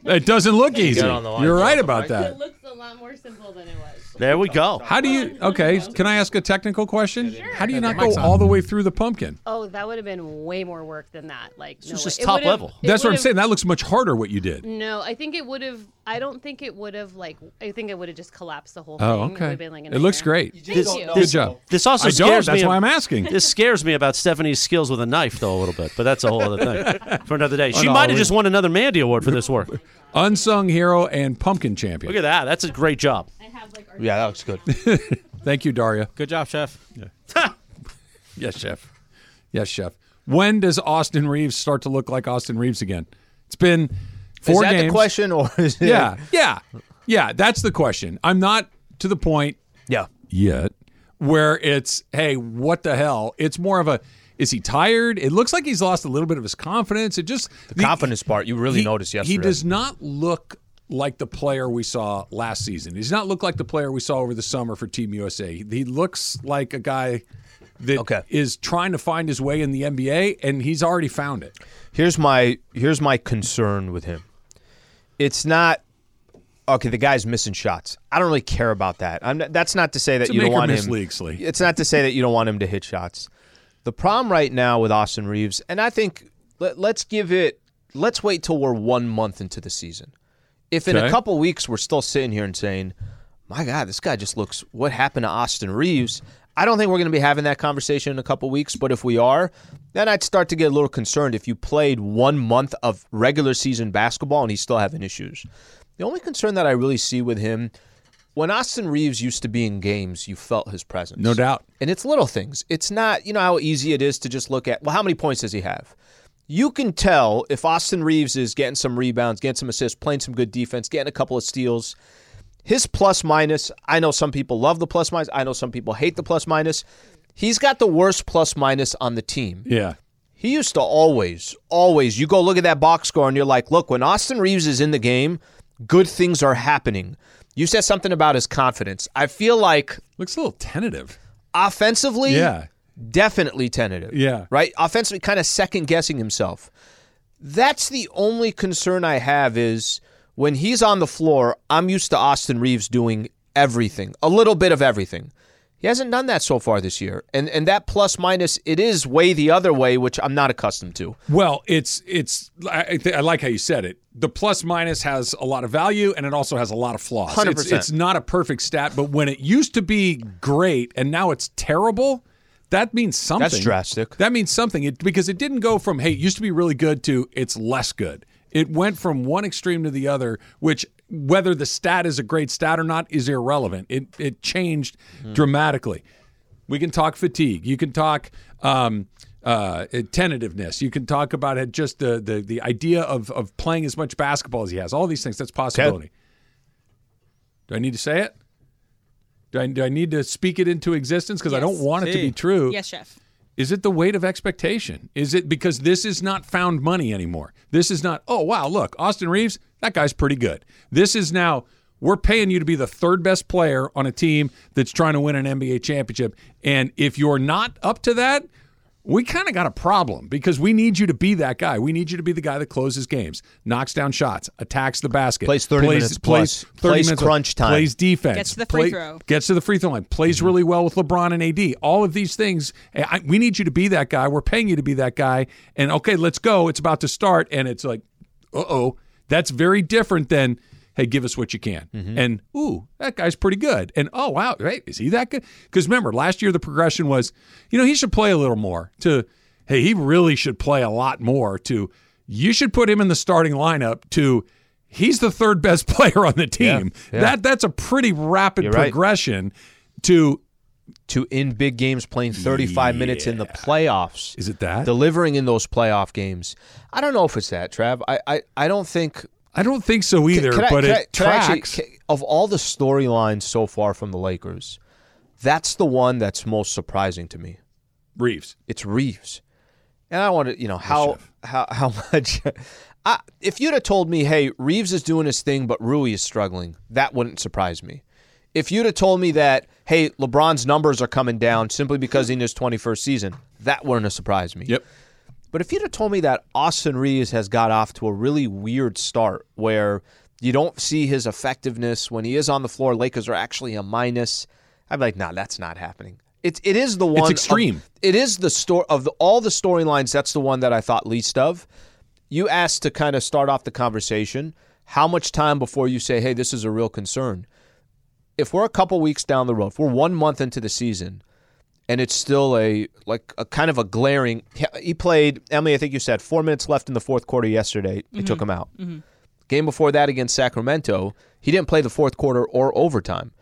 C: It doesn't look easy.
D: on the line,
C: You're
D: Joe.
C: right about that.
H: looks a lot more simple than it was.
B: There we go.
C: How do you? Okay, can I ask a technical question? How do you not go all the way through the pumpkin?
H: Oh, that would have been way more work than that. Like, no
B: was
H: way.
B: just
H: It
B: top
H: would've-
B: level.
H: it
C: That's what I'm
H: would've-
C: saying. That looks much harder. What you did.
H: No, I think it would have. I don't think it would have. Like, I think it would have just collapsed the whole thing.
C: Oh,
H: It, would
C: okay.
H: have been, like, a
C: It looks
H: nightmare.
C: great.
H: Thank
B: This-
H: you.
C: Good job.
B: This also
C: I don't.
B: scares me.
C: That's why
B: ab-
C: I'm asking.
B: This scares me about Stephanie's skills with a knife, though, a little bit. But that's a whole other
C: <laughs>
B: thing for another day. She
C: Oh, no,
B: might have
C: we- <laughs>
B: just won another Mandy Award for this work. Look
C: Unsung hero and pumpkin champion.
B: at that. That's a great job.
H: I have like.
D: Yeah, that looks good.
C: <laughs> Thank you, Daria.
E: Good
B: <laughs>
E: job, chef.
C: Yes, chef. Yes, chef. When does Austin Reeves start to look like Austin Reeves again? It's been
D: Is
C: four
D: that
C: games.
D: the question or is
C: <laughs>
D: it?
C: Yeah, yeah, yeah. That's the question. I'm not to the point
D: Yeah.
C: yet where it's hey, what the hell? It's more of a is he tired? It looks like he's lost a little bit of his confidence. It just the,
D: Confidence part, you really noticed yesterday.
C: He does not look like the player we saw last season. He does not look like the player we saw over the summer for Team USA. He looks like a guy that is
D: Okay.
C: trying to find his way in the NBA, and he's already found it.
D: here's my here's my concern with him. It's not okay. The guy's missing shots. I don't really care about that. I'm not, that's not to say that
C: It's a
D: you don't
C: make or
D: want
C: miss
D: him.
C: league, Slee.
D: It's not to say that you don't want him to hit shots. The problem right now with Austin Reeves, and I think let, let's give it. Let's wait till we're one month into the season. If in
C: Okay.
D: a couple weeks we're still sitting here and saying, "My God, this guy just looks," what happened to Austin Reeves? I don't think we're going to be having that conversation in a couple weeks, but if we are, then I'd start to get a little concerned if you played one month of regular season basketball and he's still having issues. The only concern that I really see with him, when Austin Reeves used to be in games, you felt his presence.
C: No doubt.
D: And it's little things. It's not, you know, how easy it is to just look at, well, how many points does he have? You can tell if Austin Reeves is getting some rebounds, getting some assists, playing some good defense, getting a couple of steals. His plus minus, I know some people love the plus minus. I know some people hate the plus minus. He's got the worst plus minus on the team.
C: Yeah.
D: He used to always, always, you go look at that box score and you're like, look, when Austin Reeves is in the game, good things are happening. You said something about his confidence. I feel like
C: Looks a little tentative.
D: offensively,
C: Yeah.
D: definitely tentative.
C: Yeah.
D: Right? Offensively, kind of second guessing himself. That's the only concern I have is when he's on the floor, I'm used to Austin Reeves doing everything, a little bit of everything. He hasn't done that so far this year. And and that plus minus, it is way the other way, which I'm not accustomed to.
C: Well, it's it's I, I thi- I like how you said it. The plus minus has a lot of value and it also has a lot of flaws. It's,
D: 100%.
C: it's not a perfect stat, but when it used to be great and now it's terrible, that means something.
D: drastic.
C: That means something. It because it didn't go from hey, it used to be really good to it's less good. It went from one extreme to the other, which whether the stat is a great stat or not is irrelevant. It it changed Mm-hmm. dramatically. We can talk fatigue. You can talk um, uh, tentativeness. You can talk about it just the the, the idea of, of playing as much basketball as he has. All these things. That's a possibility. Do I need to say it? Do I, do I need to speak it into existence? Because I
F: Yes.
C: don't want it to
E: Si.
C: be true.
F: Yes, chef.
C: Is it the weight of expectation? Is it because this is not found money anymore? This is not, oh, wow, look, Austin Reeves, that guy's pretty good. This is now, we're paying you to be the third best player on a team that's trying to win an NBA championship. And if you're not up to that, we kind of got a problem because we need you to be that guy. We need you to be the guy that closes games, knocks down shots, attacks the basket,
D: Plays 30 minutes plus, plays crunch time.
C: plays defense,
F: Gets to the free
C: play-
F: throw.
C: gets to the free throw line, plays
D: Mm-hmm.
C: really well with LeBron and AD. All of these things, eh, I, we need you to be that guy. We're paying you to be that guy. And okay, let's go. It's about to start, and it's like, uh oh, that's very different than. Hey, give us what you can.
D: Mm-hmm.
C: And ooh, that guy's pretty good. And oh wow, right, is he that good? Because remember, last year the progression was, you know, he should play a little more. To hey, he really should play a lot more. To you should put him in the starting lineup. To he's the third best <laughs> player on the team.
D: yeah.
C: That that's a pretty rapid
D: You're right.
C: progression to
D: to in big games playing 35 minutes in the playoffs.
C: Is it that?
D: Delivering in those playoff games. I don't know if it's that, Trav. I, I, I don't think
C: I don't think so either,
D: Can I-
C: but
D: can I-
C: it
D: can I
C: tracks.
D: actually- can- of all the storylines so far from the Lakers, that's the one that's most surprising to me.
C: Reeves.
D: It's Reeves, and I want to, you know, how how how <laughs> much. I, if you'd have told me, hey, Reeves is doing his thing, but Rui is struggling, that wouldn't surprise me. If you'd have told me that, hey, LeBron's numbers are coming down simply because he's in his 21st season, that wouldn't have surprised me.
C: Yep.
D: But if you'd have told me that Austin Reeves has got off to a really weird start where you don't see his effectiveness when he is on the floor, Lakers are actually a minus, I'd be like, nah, that's not happening. It, it is the one. of-
C: extreme.
D: it is the store of the, all the storylines. That's the one that I thought least of. You asked to kind of start off the conversation. How much time before you say, hey, this is a real concern? If we're a couple weeks down the road, if we're one month into the season, and it's still a like a kind of a glaring. He played Emily. I think you said four minutes left in the fourth quarter yesterday. They took him out.
H: Mm-hmm.
D: Game before that against Sacramento, he didn't play the fourth quarter or overtime.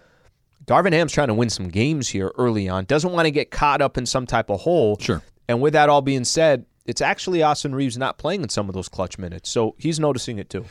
D: Darvin Ham's trying to win some games here early on. Doesn't want to get caught up in some type of hole.
C: Sure.
D: And with that all being said, it's actually Austin Reeves not playing in some of those clutch minutes, so he's noticing it too.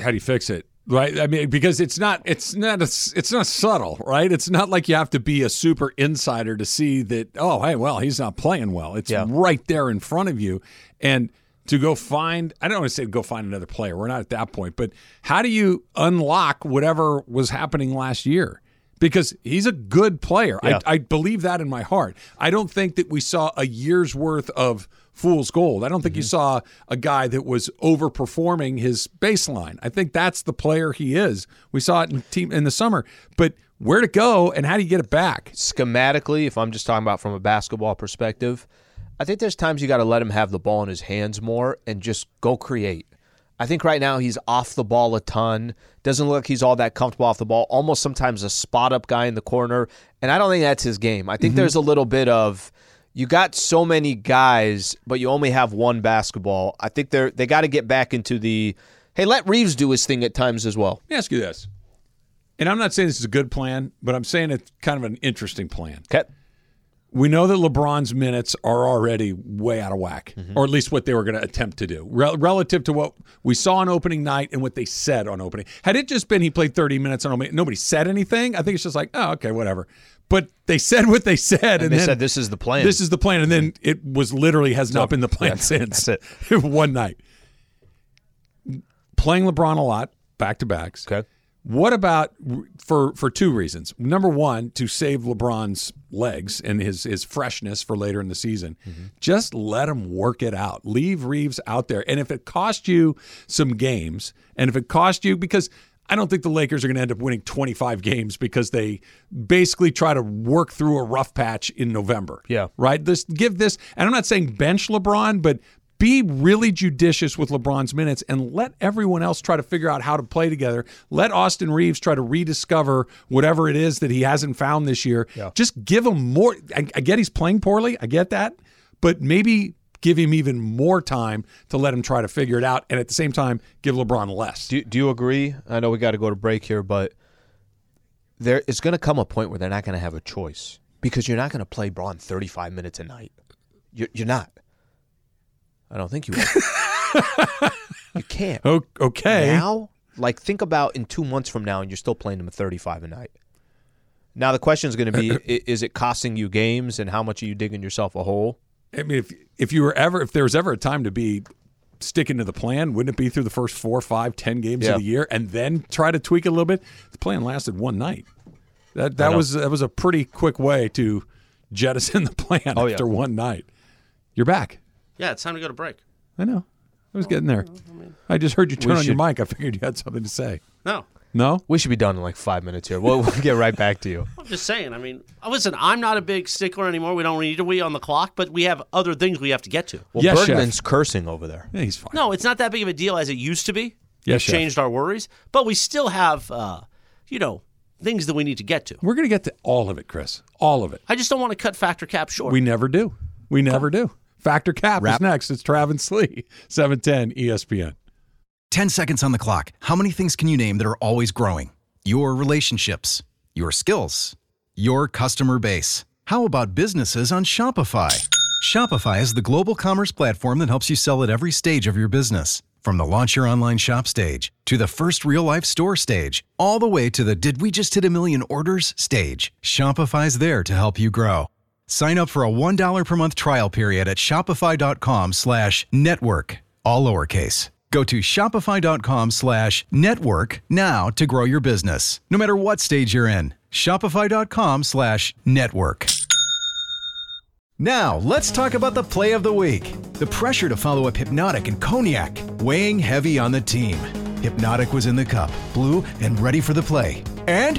C: how do you fix it right i mean because it's not it's not a, it's not subtle right it's not like you have to be a super insider to see that oh hey well he's not playing well it's
D: Yeah.
C: right there in front of you and to go find i don't want to say go find another player we're not at that point but how do you unlock whatever was happening last year because he's a good player
D: Yeah.
C: I, I believe that in my heart i don't think that we saw a year's worth of fool's gold i don't think you saw a guy that was overperforming his baseline i think that's the player he is we saw it in team in the summer but where to go and how do you get it back
D: schematically, if I'm just talking about from a basketball perspective, I think there's times you got to let him have the ball in his hands more and just go create. I think right now he's off the ball a ton. Doesn't look like he's all that comfortable off the ball. Almost sometimes a spot up guy in the corner, and I don't think that's his game. I think there's a little bit of you got so many guys, but you only have one basketball. I think they're they got to get back into the hey, let Reeves do his thing at times as well.
C: Let me ask you this. And I'm not saying this is a good plan, but I'm saying it's kind of an interesting plan.
D: Okay.
C: We know that LeBron's minutes are already way out of whack,
D: Mm-hmm.
C: or at least what they were going to attempt to do rel- relative to what we saw on opening night and what they said on opening. Had it just been he played 30 minutes on opening, nobody said anything. I think it's just like, oh, okay, whatever. But they said what they said, and,
D: And they
C: then-
D: said this is the plan.
C: This is the plan, and then it was literally has not been the plan since.
D: that's
C: <laughs> One night playing LeBron a lot, back to backs.
D: okay.
C: What about for for two reasons? Number one, to save LeBron's legs and his his freshness for later in the season.
D: Mm-hmm.
C: Just let him work it out. Leave Reeves out there, and if it cost you some games, and if it cost you because. I don't think the Lakers are going to end up winning 25 games because they basically try to work through a rough patch in November.
D: Yeah.
C: Right? This give this and I'm not saying bench LeBron, but be really judicious with LeBron's minutes and let everyone else try to figure out how to play together. Let Austin Reeves try to rediscover whatever it is that he hasn't found this year. Just give him more. I, I get he's playing poorly. I get that. But maybe give him even more time to let him try to figure it out. And at the same time, give LeBron less.
D: Do, do you agree? I know we got to go to break here, but there is going to come a point where they're not going to have a choice because you're not going to play Braun 35 minutes a night. You're, you're not. I don't think you are.
C: <laughs>
D: you can't.
C: O- okay.
D: Now, like, think about in two months from now, and you're still playing them at 35 a night. Now, the question is
C: <clears throat>
D: going to be i- is it costing you games and how much are you digging yourself a hole?
C: I mean, if if you were ever if there was ever a time to be sticking to the plan, wouldn't it be through the first four, five, ten games
D: Yeah.
C: of the year, and then try to tweak it a little bit? The plan lasted one night. That that was that was a pretty quick way to jettison the plan
D: Oh, yeah.
C: after one night. You're back.
B: Yeah, it's time to go to break.
C: I know. I was getting there. I just heard you turn on your
D: should-
C: mic. I figured you had something to say.
B: No,
C: No?
D: We should be done in like five minutes here. We'll, we'll get right back to you.
B: I'm just saying. I mean, uh, listen, I'm not a big stickler anymore. We don't need to be on the clock, but we have other things we have to get to.
D: Well,
C: Yes, Chef.
D: Bergman's cursing over there.
C: Yeah, he's fine.
B: No, it's not that big of a deal as it used to be.
C: Yes,
B: We've
C: Chef.
B: changed our worries, but we still have, uh, you know, things that we need to get to.
C: We're going to get to all of it, Chris. All of it.
B: I just don't want to cut factor cap short.
C: We never do. We never do. Factor Cap is next. It's Travis Lee, E 710 ESPN.
G: 10 seconds on the clock. How many things can you name that are always growing? Your relationships, your skills, your customer base. How about businesses on Shopify? Shopify is the global commerce platform that helps you sell at every stage of your business. From the launch your online shop stage to the first real life store stage, all the way to the did we just hit a million orders stage, Shopify's there to help you grow. Sign up for a $1 per month trial period at Shopify.com slash network. All lowercase. Go to Shopify.com slash network now to grow your business. No matter what stage you're in. Shopify.com slash network. Now, let's talk about the play of the week. The pressure to follow up Hypnotic and Cognac, weighing heavy on the team. Hypnotic was in the cup, blue, and ready for the play. And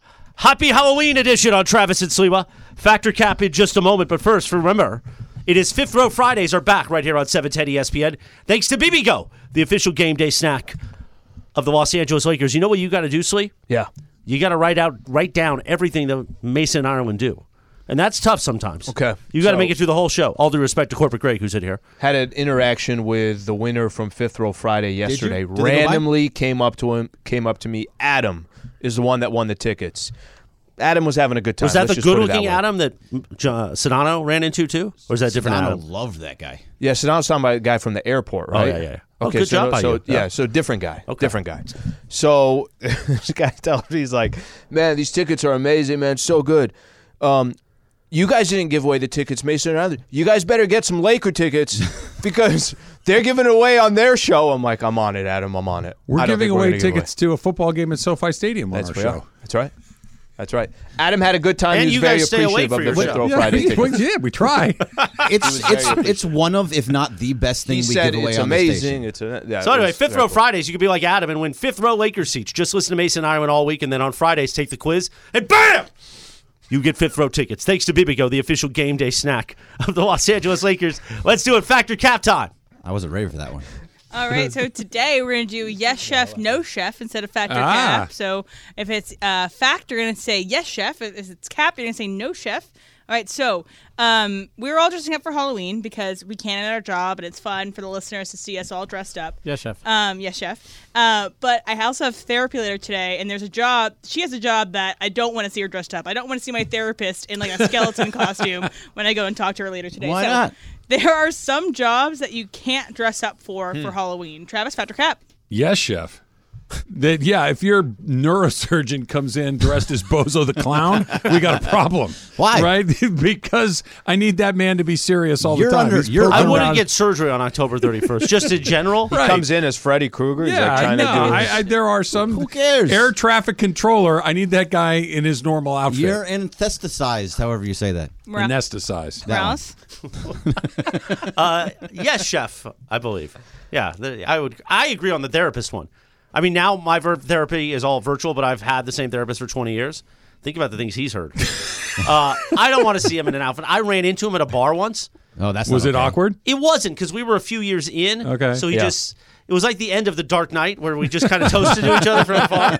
B: Happy Halloween edition on Travis and Sliwa. Factor cap in just a moment, but first, remember, it is Fifth Row Fridays are back right here on E 710 ESPN. Thanks to BBGO, the official game day snack of the Los Angeles Lakers. You know what you got to do, Slee?
D: Yeah.
B: You got to write out, write down everything that Mason and Ireland do, and that's tough sometimes.
D: Okay.
B: you got to
D: So-
B: make it through the whole show. All due respect to Corporate Greg, who's in here.
D: Had an interaction with the winner from Fifth Row Friday yesterday.
G: go by?
D: Randomly came up to him, came up to me. Adam is the one that won the tickets. Adam was having a good time.
B: Was that
D: Let's
B: the
D: just put it
B: good-looking
D: way.
B: Adam that uh, Sedano ran into too, or is that different
E: Dono
B: Adam?
E: loved that guy.
D: Yeah, so now it's talking about a guy from the airport,
B: Oh,
D: right?
B: yeah, yeah, yeah. Oh,
D: Okay,
B: good
D: so,
B: job by
D: so
B: you.
D: yeah,
B: Yeah.
D: so different guy, different guy. So <laughs> this guy tells me he's like, "Man, these tickets are amazing, man, so good. Um, you guys didn't give away the tickets, Mason and I. You guys better get some
B: <laughs>
D: Laker tickets because they're giving it away on their show." I'm like, "I'm on it, Adam. I'm on it.
C: We're
D: I don't
C: giving
D: think we're
C: away
D: gonna give it
C: tickets to a football game at SoFi Stadium on
D: That's
C: our
D: we are.
C: show.
D: That's right. That's right. Adam had a good time.
B: And
D: he
B: you
D: was very
B: guys stay awake
D: appreciative
B: for your
D: of the Fifth
B: show.
D: Row
C: Yeah,
B: <laughs>
D: Friday
C: we,
D: tickets.
C: we did.
E: <laughs>
C: We try.
E: It's it's it's one of, if not the best thing
D: He
E: we
D: said
E: give away
D: it's
E: on the
D: amazing.
E: station.
D: It's a, yeah,
B: So
D: it
B: anyway,
D: was
B: fifth
D: very
B: row
D: <laughs> cool.
B: Fridays, you could be like Adam and win fifth row Lakers seats. Just listen to Mason Ironman all week, and then on Fridays, take the quiz, and bam, you get fifth row tickets. Thanks to Bibigo, the official game day snack of the Los Angeles Lakers. Let's do it. Factor cap time.
E: I wasn't ready for that one.
F: All right,
E: <laughs>
F: so today we're going to do yes chef, no chef instead of factor
C: Ah.
F: cap. So if it's uh, factor, you're going to say yes chef. If it's cap, you're going to say no chef. All right, so um, we were all dressing up for Halloween because we can at our job, and it's fun for the listeners to see us all dressed up.
E: Yes, chef.
F: Um, yes, chef. Uh, but I also have therapy later today, and there's a job. She has a job that I don't want to see her dressed up. I don't want to see my therapist in like a
E: <laughs>
F: skeleton costume when I go and talk to her later today.
E: Why
F: So,
E: not?
F: <laughs> There are some jobs that you can't dress up for
E: Hmm.
F: for Halloween. Travis, Patrick Cap.
C: Yes, chef. That yeah, if your neurosurgeon comes in dressed as Bozo the clown, we got a problem.
E: Why?
C: Right? <laughs> because I need that man to be serious all
E: You're
C: the time.
E: under-
C: He's
E: you're
C: poking
B: I
E: Turn
B: wouldn't
C: around.
B: get surgery on October 31st, just in general.
D: He comes in as Freddy Krueger. He's
C: Yeah,
D: like
C: I
D: trying
C: know.
D: to do.
C: I, I, there are some
E: Who cares?
C: air traffic controller. I need that guy in his normal outfit.
E: You're anesthetized, however you say that.
F: Mor-
C: anesthetized.
F: Morales.
B: yes, Uh, chef, I believe. Yeah, the- I would. I agree on the therapist one. I mean, now my ver- therapy is all virtual, but I've had the same therapist for 20 years. Think about the things he's
E: <laughs>
B: heard. uh, I don't want to see him in an outfit. I ran into him at a bar once.
E: Oh, that's
C: Was
E: not
C: it
E: okay.
C: awkward?
B: It wasn't because we were a few years in.
C: Okay.
B: So he
D: Yeah.
B: just. It was like the end of the Dark Knight, where we just kind of toasted to each other
E: <laughs>
B: from afar.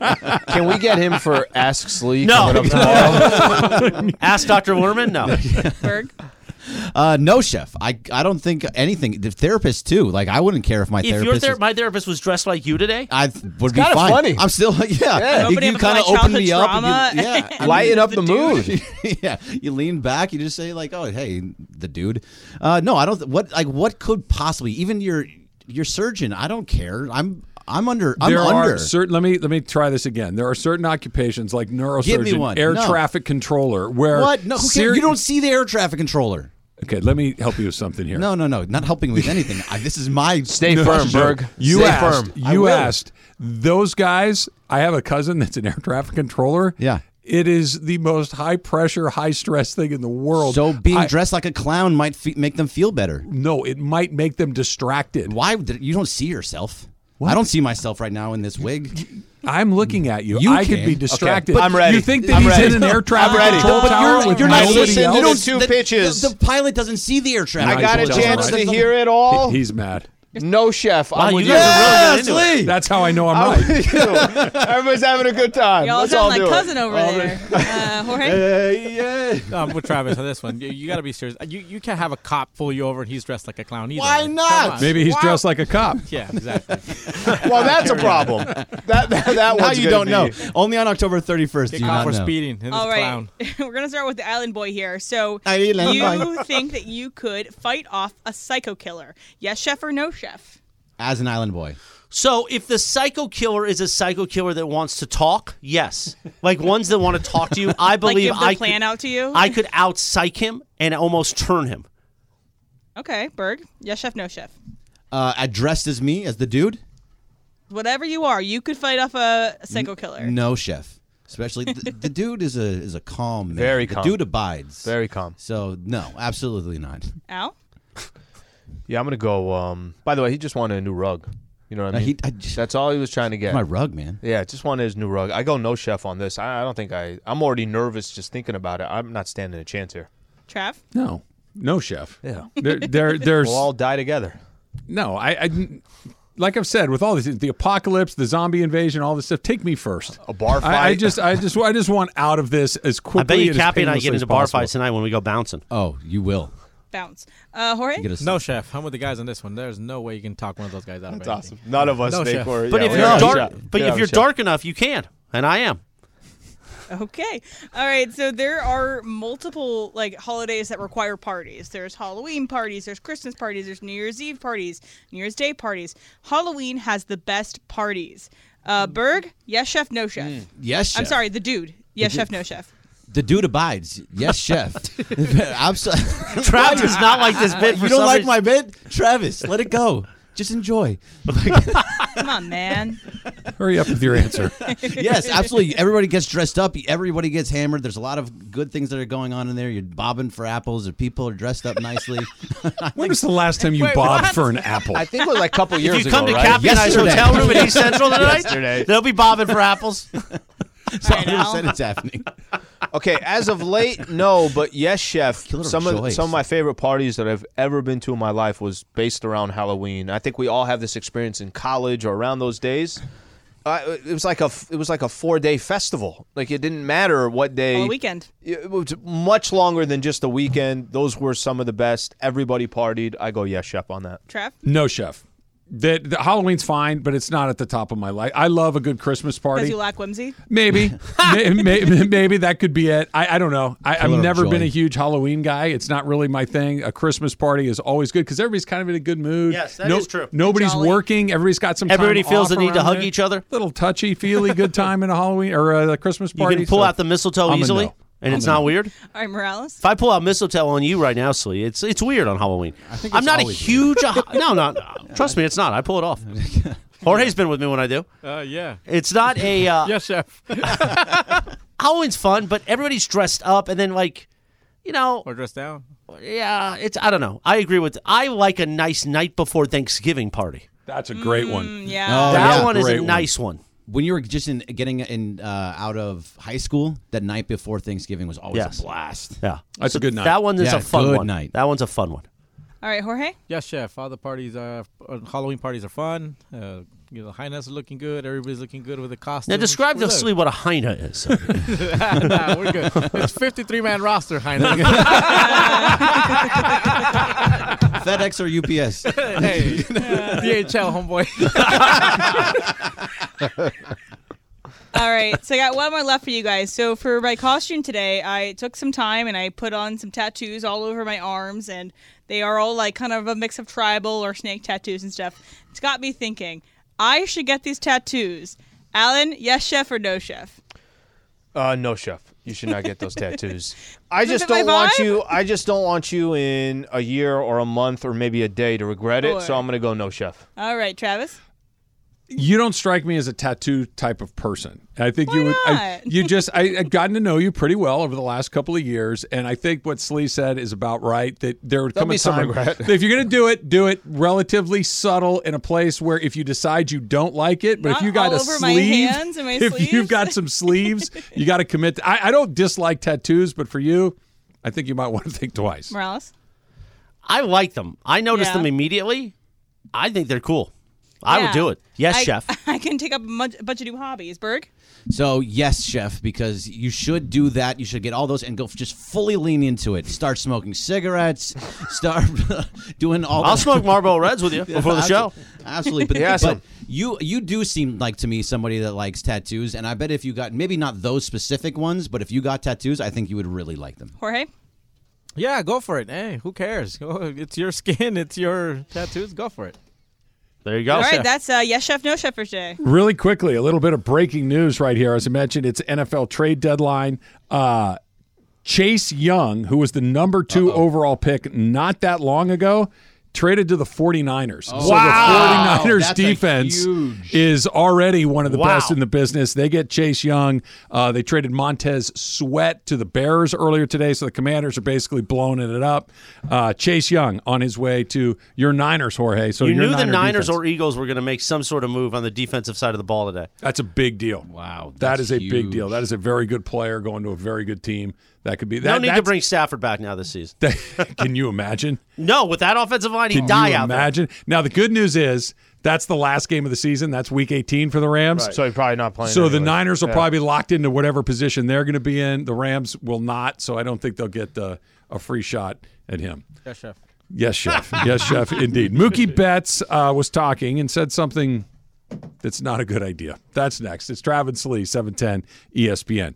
D: Can we get
B: <laughs>
D: him for Ask Slee
B: No. <laughs>
D: coming up tomorrow?
E: <laughs>
B: Ask Dr. Werman. No.
F: Berg.
E: Uh, no, chef. I I don't think anything. The therapist too. Like I wouldn't care if my
B: If your
E: therapist.
B: ther-
E: was-
B: my therapist was dressed like you today,
E: I th- would be
D: kinda
E: fine.
D: funny.
E: I'm still <laughs> like, yeah. You,
F: opening up
E: kind
F: my
E: of open me
F: childhood
E: up. and you-
F: trauma.
E: yeah.
D: <laughs>
E: I
D: Lighten up the
F: The dude.
D: mood.
E: mean, <laughs> yeah. You lean back. You just say like, oh, hey, the dude. Uh, no, I don't. th- What like what could possibly even your your surgeon? I don't care. I'm I'm under. I'm
C: there
E: under.
C: are certain. Let me let me try this again. There are certain occupations like neurosurgeon,
E: one.
C: air
E: No.
C: traffic controller, where
E: what? No, who cares?
C: seri-
E: You don't see the air traffic controller.
C: Okay, let me help you with something here.
E: No, no, no. Not helping with
C: <laughs>
E: anything. I, this is my
D: <laughs> Stay firm, Berg.
C: You
D: Stay
C: asked.
D: firm.
C: You asked. Those guys. I have a cousin that's an air traffic controller.
E: Yeah.
C: It is the most high pressure, high stress thing in the world.
E: So being
C: I-
E: dressed like a clown might fe- make them feel better.
C: no, it might make them distracted.
E: Why would you don't see yourself? I don't see myself right now in this wig.
C: I'm looking at you.
E: You
C: I could
E: can.
C: be distracted.
D: I'm ready.
C: You think that
D: I'm
C: he's
D: ready.
C: in an air traffic
D: ready.
C: control
D: But
C: tower
D: you're-
C: with
D: you're not
C: nobody
D: listening to
C: else?
D: the two pitches.
E: The, the pilot doesn't see the air traffic.
D: I got a
C: Nice.
E: controller.
D: chance to
C: Right.
D: hear it all.
C: He- he's mad.
D: no, chef. I'm
B: you
D: with
B: guys are really
D: you.
B: good.
E: Yes, Lee.
C: That's how I know I'm right.
D: Everybody's having a good time.
F: Y'all
D: Let's
F: sound
D: all
F: like
D: do
F: cousin
D: it.
F: over
D: All
F: there.
D: right.
F: Uh, Jorge?
I: I'm with Travis on this one. You, you got to be serious. Uh, You you can't have a cop pull you over and he's dressed like a clown either.
E: Why
I: Like,
E: not?
I: come on.
C: Maybe he's dressed like a cop.
I: Yeah, exactly.
D: <laughs> Well, that's a problem. That that, that
E: Now
D: one's
E: you
D: gonna
E: don't
D: be-
E: know. Only on October 31st do
I: Get
E: you
I: caught
E: not
I: for
E: know.
I: speeding and this
F: All right.
I: clown.
F: <laughs> We're going to start with the island boy here. So,
E: Island
F: you <laughs> think that you could fight off a psycho killer? Yes, chef, or no, chef?
E: As an island boy.
B: So if the psycho killer is a psycho killer that wants to talk, yes, like ones that want to talk to you, I
F: Like,
B: believe
F: give the
B: I
F: plan
B: could,
F: out to you?
B: I could out psych him and almost turn him.
F: okay, Berg. Yes, chef, no, chef.
E: Uh, uh, dressed as me, as the dude?
F: Whatever you are, you could fight off a
E: Mm.
F: psycho killer.
E: No, chef. Especially the, the dude is a is a calm man.
D: Very
E: The
D: calm.
E: dude abides.
D: Very calm.
E: So no, absolutely not.
F: Al?
D: Yeah, I'm gonna go. Um. By the way, he just wanted a new rug. You know what I
E: No,
D: mean?
E: Uh, he- I just-
D: That's all he was trying to get.
E: My rug, man.
D: Yeah, just wanted his new rug. I go no chef on this. I, I don't think I. I'm already nervous just thinking about it. I'm not standing a chance here.
F: Trav?
C: No, no chef.
D: Yeah.
C: There,
D: <laughs>
C: there, there's
D: We'll all die together.
C: no. I, I, like I've said, with all these, the apocalypse, the zombie invasion, all this stuff. Take me first.
D: A bar fight.
C: I, I just, I just, I just want out of this as quickly.
B: I bet you
C: and
B: Cappy and I get into bar fights
C: fights.
B: tonight when we go bouncing.
E: Oh, you will.
F: Bounce. Uh, Jorge?
E: You get a
I: No, chef. I'm with the guys on this one. There's no way you can talk one of those guys out of
D: That's
I: anything.
D: awesome. None of us
I: No,
D: make
I: chef.
D: or-
B: But
D: yeah,
B: if
D: we
B: you're
D: have a
B: dark,
D: chef.
B: but
D: We have
B: if
D: a
B: you're
D: chef.
B: dark enough, you can, and I am.
F: Okay. All right. So there are multiple like holidays that require parties. There's Halloween parties, there's Christmas parties, there's New Year's Eve parties, New Year's Day parties. Halloween has the best parties. Uh, Berg, yes, chef, no chef.
E: Yes, chef.
F: I'm sorry, the dude, yes, chef, no chef.
E: The dude abides. Yes,
B: <laughs>
E: chef. <laughs> Absolutely.
B: Trav does not like this bit. For
E: You don't
B: some
E: like
B: reason.
E: my bit, Travis? Let it go. Just enjoy.
F: <laughs> Come on, man.
C: Hurry up with your answer.
E: <laughs> Yes, absolutely. Everybody gets dressed up. Everybody gets hammered. There's a lot of good things that are going on in there. You're bobbing for apples. The people are dressed up nicely. <laughs>
C: when was the last time you bobbed for an apple?
D: I think it was like a couple years
B: If you come
D: ago,
B: to
D: right?
B: Cappy and I's
E: Yesterday.
B: hotel room at East Central tonight,
D: <laughs> Yesterday.
B: they'll be bobbing for apples.
E: <laughs> so I
F: Al.
E: said it's happening.
D: Okay, as of <laughs> late, no, but yes, chef.
E: Killer
D: Some of
E: choice.
D: some of my favorite parties that I've ever been to in my life was based around Halloween. I think we all have this experience in college or around those days. Uh, it was like a it was like a four day festival. Like it didn't matter what day.
F: All weekend.
D: It was much longer than just a weekend. Those were some of the best. Everybody partied. I go yes, chef on that.
F: Trav?
C: no chef. That the Halloween's fine, but it's not at the top of my life. I love a good Christmas
F: Because
C: party.
F: you lack whimsy.
B: <laughs>
C: Maybe, may, may, maybe that could be it. I, I don't know. I, I've
E: Killer of
C: never
E: joy.
C: been a huge Halloween guy. It's not really my thing. A Christmas party is always good because everybody's kind of in a good mood.
B: Yes, that
C: that is
B: is true.
C: Nobody's
F: Jolly.
C: working. Everybody's got some.
B: Everybody
C: time
B: feels the
C: off
B: need to
C: around
B: hug
C: there.
B: each other.
C: Little touchy feely good time in a Halloween or a Christmas
B: You
C: party.
B: can pull
C: so
B: out the mistletoe
C: I'm a
B: easily,
C: no.
B: and it's not weird.
F: All right, Morales.
B: If I pull out mistletoe on you right now, Slee, it's it's weird on Halloween. I
E: think
B: am
E: it's
B: not a
E: always
B: huge. no,
E: <laughs>
B: no. Trust me, it's not. I pull it off. Jorge's been with me when I do.
I: Uh, yeah.
B: It's not a
I: <laughs>
B: uh,
I: Yes, chef.
B: <laughs> Halloween's fun, but everybody's dressed up, and then like, you know,
I: or dressed down.
B: yeah, it's I don't know. I agree with. I like a nice night before Thanksgiving party.
C: That's a great
B: Mm,
C: one.
F: Yeah.
E: Oh,
B: that
E: yeah.
B: one is
C: Great
B: a
C: one.
B: nice one.
E: When you were just in getting in uh, out of high school, that night before Thanksgiving was always
B: Yes.
E: a blast.
B: Yeah,
C: That's a good night.
B: That one is
E: Yeah,
B: a fun
E: good
B: one.
E: night.
B: That one's a fun one.
F: All right, Jorge?
I: Yes, chef. All the parties are uh, Halloween parties are fun. Uh, you know, Highness is looking good. Everybody's looking good with the costume.
B: Now describe to
I: the <laughs>
B: Slee what a heina is. <laughs>
D: <laughs>
I: nah, we're good. It's 53 man roster, Highness.
E: <laughs> FedEx or
C: <laughs>
E: UPS.
B: <laughs>
I: hey, <laughs> DHL homeboy.
F: All right, so I got one more left for you guys. So for my costume today, I took some time and I put on some tattoos all over my arms, and they are all like kind of a mix of tribal or snake tattoos and stuff. It's got me thinking I should get these tattoos. Alan, yes chef or no chef?
D: Uh, no, chef. You should not get <laughs> those tattoos. I just
F: it my
D: don't want
F: vibe?
D: you. I just don't want you in a year or a month or maybe a day to regret it. So
F: Sure.
D: I'm gonna go no, chef.
F: All right, Travis.
C: you don't strike me as a tattoo type of person. I think you would. I,
F: not?
C: you just. I, I've gotten to know you pretty well over the last couple of years, and I think what Slee said is about right. That there would come
D: be
C: a
D: some
C: time
D: regret.
C: that if you're going to do it, do it relatively subtle in a place where if you decide you don't like it, but if
F: Not
C: you got
F: all
C: a
F: over my
C: sleeve,
F: hands and my
C: if you've
F: sleeves.
C: got some sleeves, you got to commit. to- I, I don't dislike tattoos, but for you, I think you might want to think twice.
F: Morales.
B: I like them. I notice
F: Yeah.
B: them immediately. I think they're cool. I
F: Yeah.
B: would do it. Yes,
F: I,
B: chef.
F: <laughs> I can take up a, munch- a bunch of new hobbies. Berg?
E: So yes, chef, because you should do that. You should get all those and go f- just fully lean into it. Start
B: <laughs>
E: smoking cigarettes. Start <laughs> doing all.
B: I'll
E: the-
B: smoke Marlboro Reds
E: <laughs>
B: with you before the show.
E: Absolutely, but,
D: Yeah,
E: but
D: so-
E: you you do seem like to me somebody that likes tattoos, and I bet if you got maybe not those specific ones, but if you got tattoos, I think you would really like them.
F: <laughs> Jorge?
I: yeah, go for it. Hey, who cares? <laughs> Go- It's your skin. It's your tattoos. Go for it.
B: There you go.
F: All right,
B: chef.
F: that's uh, yes chef, no chef for today.
C: Really quickly, a little bit of breaking news right here. As I mentioned, it's NFL trade deadline. Uh, Chase Young, who was the number 2 overall pick not that long ago, traded to the 49ers. So
B: Oh. Wow.
C: the 49ers
E: That's a
C: defense
E: huge-
C: is already one of the
B: Wow.
C: best in the business. They get Chase Young. Uh, they traded Montez Sweat to the Bears earlier today, so the Commanders are basically blowing it up. Uh, Chase Young on his way to your Niners, Jorge. So
B: you
C: your
B: knew the
C: Niner
B: Niners
C: defense.
B: or Eagles were going to make some sort of move on the defensive side of the ball today.
C: That's a big deal.
E: Wow,
C: that
E: that's
C: is a big
E: huge.
C: deal. That is a very good player going to a very good team. That could be that.
B: No need to
C: that's-
B: bring Stafford back now this
C: <laughs>
B: season.
C: can you imagine?
B: <laughs> No, with that offensive line, he'd
C: Can
B: die
C: you
B: out. there.
C: imagine? Now the good news is that's the last game of the season. That's Week 18 for the Rams.
D: So you're probably not playing.
C: So the
D: anyway.
C: Niners will
D: Yeah.
C: probably be locked into whatever position they're going to be in. The Rams will not, so I don't think they'll get uh, a free shot at him.
I: Yes, chef.
C: Yes, chef. yes, chef. Indeed. Mookie Betts uh, was talking and said something that's not a good idea. That's next. It's Travis Lee, E 710 ESPN.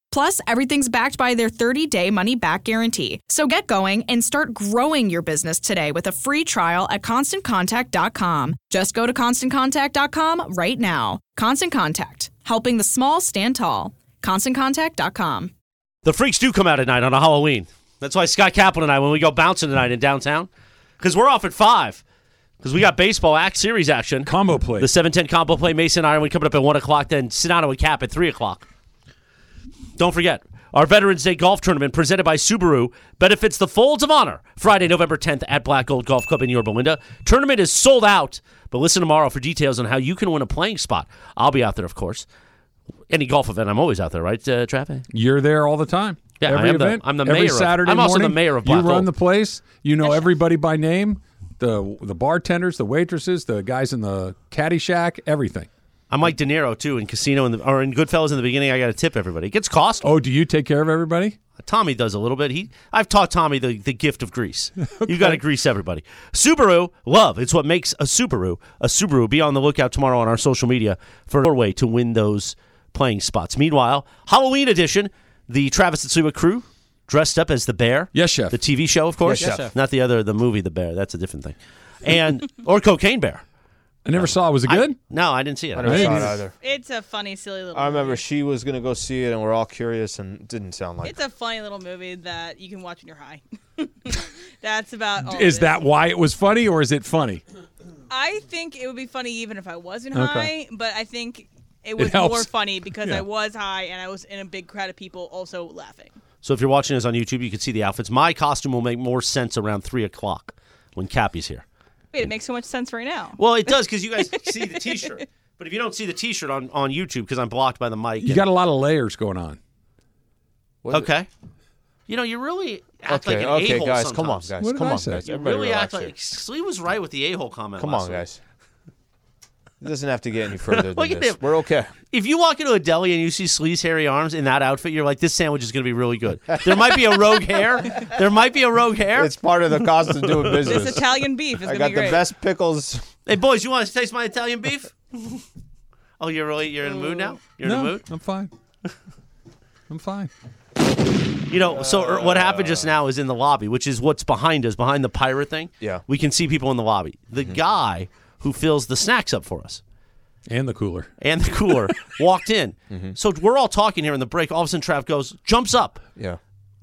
J: Plus, everything's backed by their 30 day money back guarantee. So get going and start growing your business today with a free trial at constantcontact.com. Just go to constantcontact.com right now. Constant Contact, helping the small stand tall. ConstantContact.com.
B: The freaks do come out at night on a Halloween. That's why Scott Kaplan and I, when we go bouncing tonight in downtown, because we're off at five, because we got baseball act series action.
C: Combo play.
B: The seven ten combo play. Mason Ironwood coming up at one o'clock. Then Sonato and Cap at three o'clock. Don't forget our Veterans Day golf tournament presented by Subaru benefits the Folds of Honor Friday, November tenth at Black Gold Golf Club in Yorba Linda. Tournament is sold out, but listen tomorrow for details on how you can win a playing spot. I'll be out there, of course. Any golf event, I'm always out there, right, uh, Travis?
C: You're there all the time.
B: Yeah, I
C: every
B: am the-
C: event.
B: I'm the
C: every
B: mayor of-
C: Saturday
B: I'm also the
C: morning,
B: mayor of
C: You
B: Black
C: run
B: Hole.
C: the place. You know everybody by name. The the bartenders, the waitresses, the guys in the caddy shack, everything.
B: I'm like De Niro too in Casino in the, or in Goodfellas in the beginning. I got to tip everybody. It gets costly.
C: Oh, do you take care of everybody?
B: Tommy does a little bit. He I've taught Tommy the, the gift of
C: <laughs>
B: grease. You've got to grease everybody. Subaru love. It's what makes a Subaru a Subaru. Be on the lookout tomorrow on our social media for a way to win those playing spots. Meanwhile, Halloween edition, the Travis and Sliwa crew dressed up as the bear.
C: Yes, chef.
B: The TV show, of course.
C: Yes, Yes, chef.
B: Not the other the movie, the bear. That's a different thing. And or cocaine bear.
C: I never saw. it. Was it
B: good? no, I didn't see it.
D: I never saw it either.
F: It's a funny, silly little.
D: I remember she was going to go see it, and we're all curious, and it didn't sound like.
F: It's a funny little movie that you can watch when you're high. <laughs> That's about
B: Oh,
F: all.
C: Is
F: it
C: that why it was funny, or is it funny?
F: I think it would be funny even if I wasn't
C: Okay.
F: high, but I think it
B: It
F: was more
B: helps.
F: funny because
B: Yeah.
F: I was high and I was in a big crowd of people also laughing.
B: So if you're watching us on YouTube, you can see the outfits. My costume will make more sense around three o'clock when Cappy's here.
F: Wait, it makes so much sense right now.
B: Well, it does because you
F: <laughs>
B: guys <laughs> see the T-shirt. But if you don't see the T-shirt on on YouTube because I'm blocked by the mic,
C: You got a lot of layers going on.
B: okay. You know, you really act
D: Okay,
B: like an
D: okay,
B: a-hole
D: guys, come on,
B: sometimes.
D: guys, What did come I on, say? guys,
B: You
D: everybody
B: really
D: relax
B: act
D: here.
B: like <laughs> Slee was right with the a-hole comment.
D: Come
B: last
D: on,
B: week.
D: guys. It doesn't have to
F: <laughs>
D: get
B: <laughs>
D: any further
B: Look
D: than
B: at
D: this.
B: him.
D: We're okay.
B: If you walk into a deli and you see Slee's hairy arms in that outfit, you're like, this sandwich is going to be really good. There might be a rogue hair.
E: <laughs>
B: There might be a rogue hair. It's
D: part of the cost of doing
F: This Italian beef is
B: I
F: gonna
B: got
F: be
B: the
F: great.
B: best-
D: Pickles.
B: Hey, boys, you want to taste my Italian beef? <laughs> oh, you're really you're in the mood now. You're
C: no,
B: in the mood.
C: I'm fine.
B: <laughs>
C: I'm fine.
B: You know, so er, what happened just now is in the lobby, which is what's behind us, behind the pirate thing.
D: Yeah. Mm-hmm.
B: We can see people in the lobby. The guy who fills the snacks up for us
C: And the cooler.
B: and the
C: <laughs>
B: cooler walked in.
D: Mm-hmm.
B: So we're all talking here in the break. All of a sudden, Trav goes, jumps up.
D: Yeah.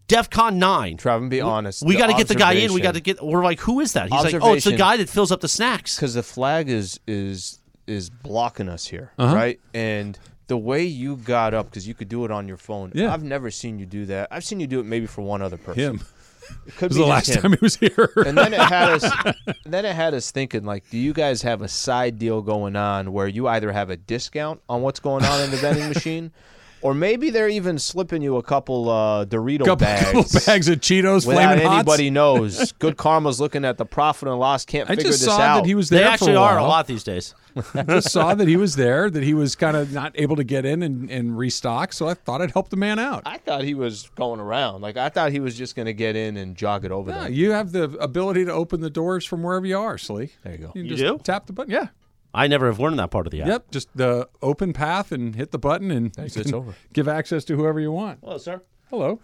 B: DEFCON 9.
D: Trav, and be honest.
B: We
D: the
B: got to get the guy in. We
D: observation-
B: got to get. We're like, who is that? He's like, oh, it's the
D: Observation-
B: guy that fills up the snacks.
D: because the flag is is is blocking us here,
B: Uh-huh.
D: right? And the way you got up because you could do it on your phone.
C: Yeah.
D: I've never seen you do that. I've seen you do it maybe for one other person.
C: Him.
D: It
C: It
D: could
C: was
D: be
C: the last
D: just him.
C: time he was here.
D: and then it had us. <laughs> Then it had us thinking like, do you guys have a side deal going on where you either have a discount on what's going on in the vending machine, or maybe they're even slipping you a couple uh, Dorito
C: couple, <laughs>
D: bags.
C: couple bags of Cheetos,
D: Without
C: flaming hot.
D: anybody knows, Good Karma's looking at the profit and loss. Can't
C: I
D: figure
C: just
D: this
C: saw
D: out.
C: that he was there. for a while.
B: these days.
C: <laughs> <laughs> I just saw that he was there, that he was kind of not able to get in and, and restock. So I thought I'd help the man out.
D: I thought he was going around. Like I thought he was just going to get in and jog it over
C: Yeah,
D: there.
C: you have the ability to open the doors from wherever you are, Slee.
D: There you go.
C: You,
B: You
C: just
B: do?
C: tap the button. Yeah.
B: I never have learned that part of the app.
C: Yep. Just the open path and hit the button and you
B: it's
C: can
B: over.
C: give access to whoever you want.
B: Hello, sir.
C: Hello.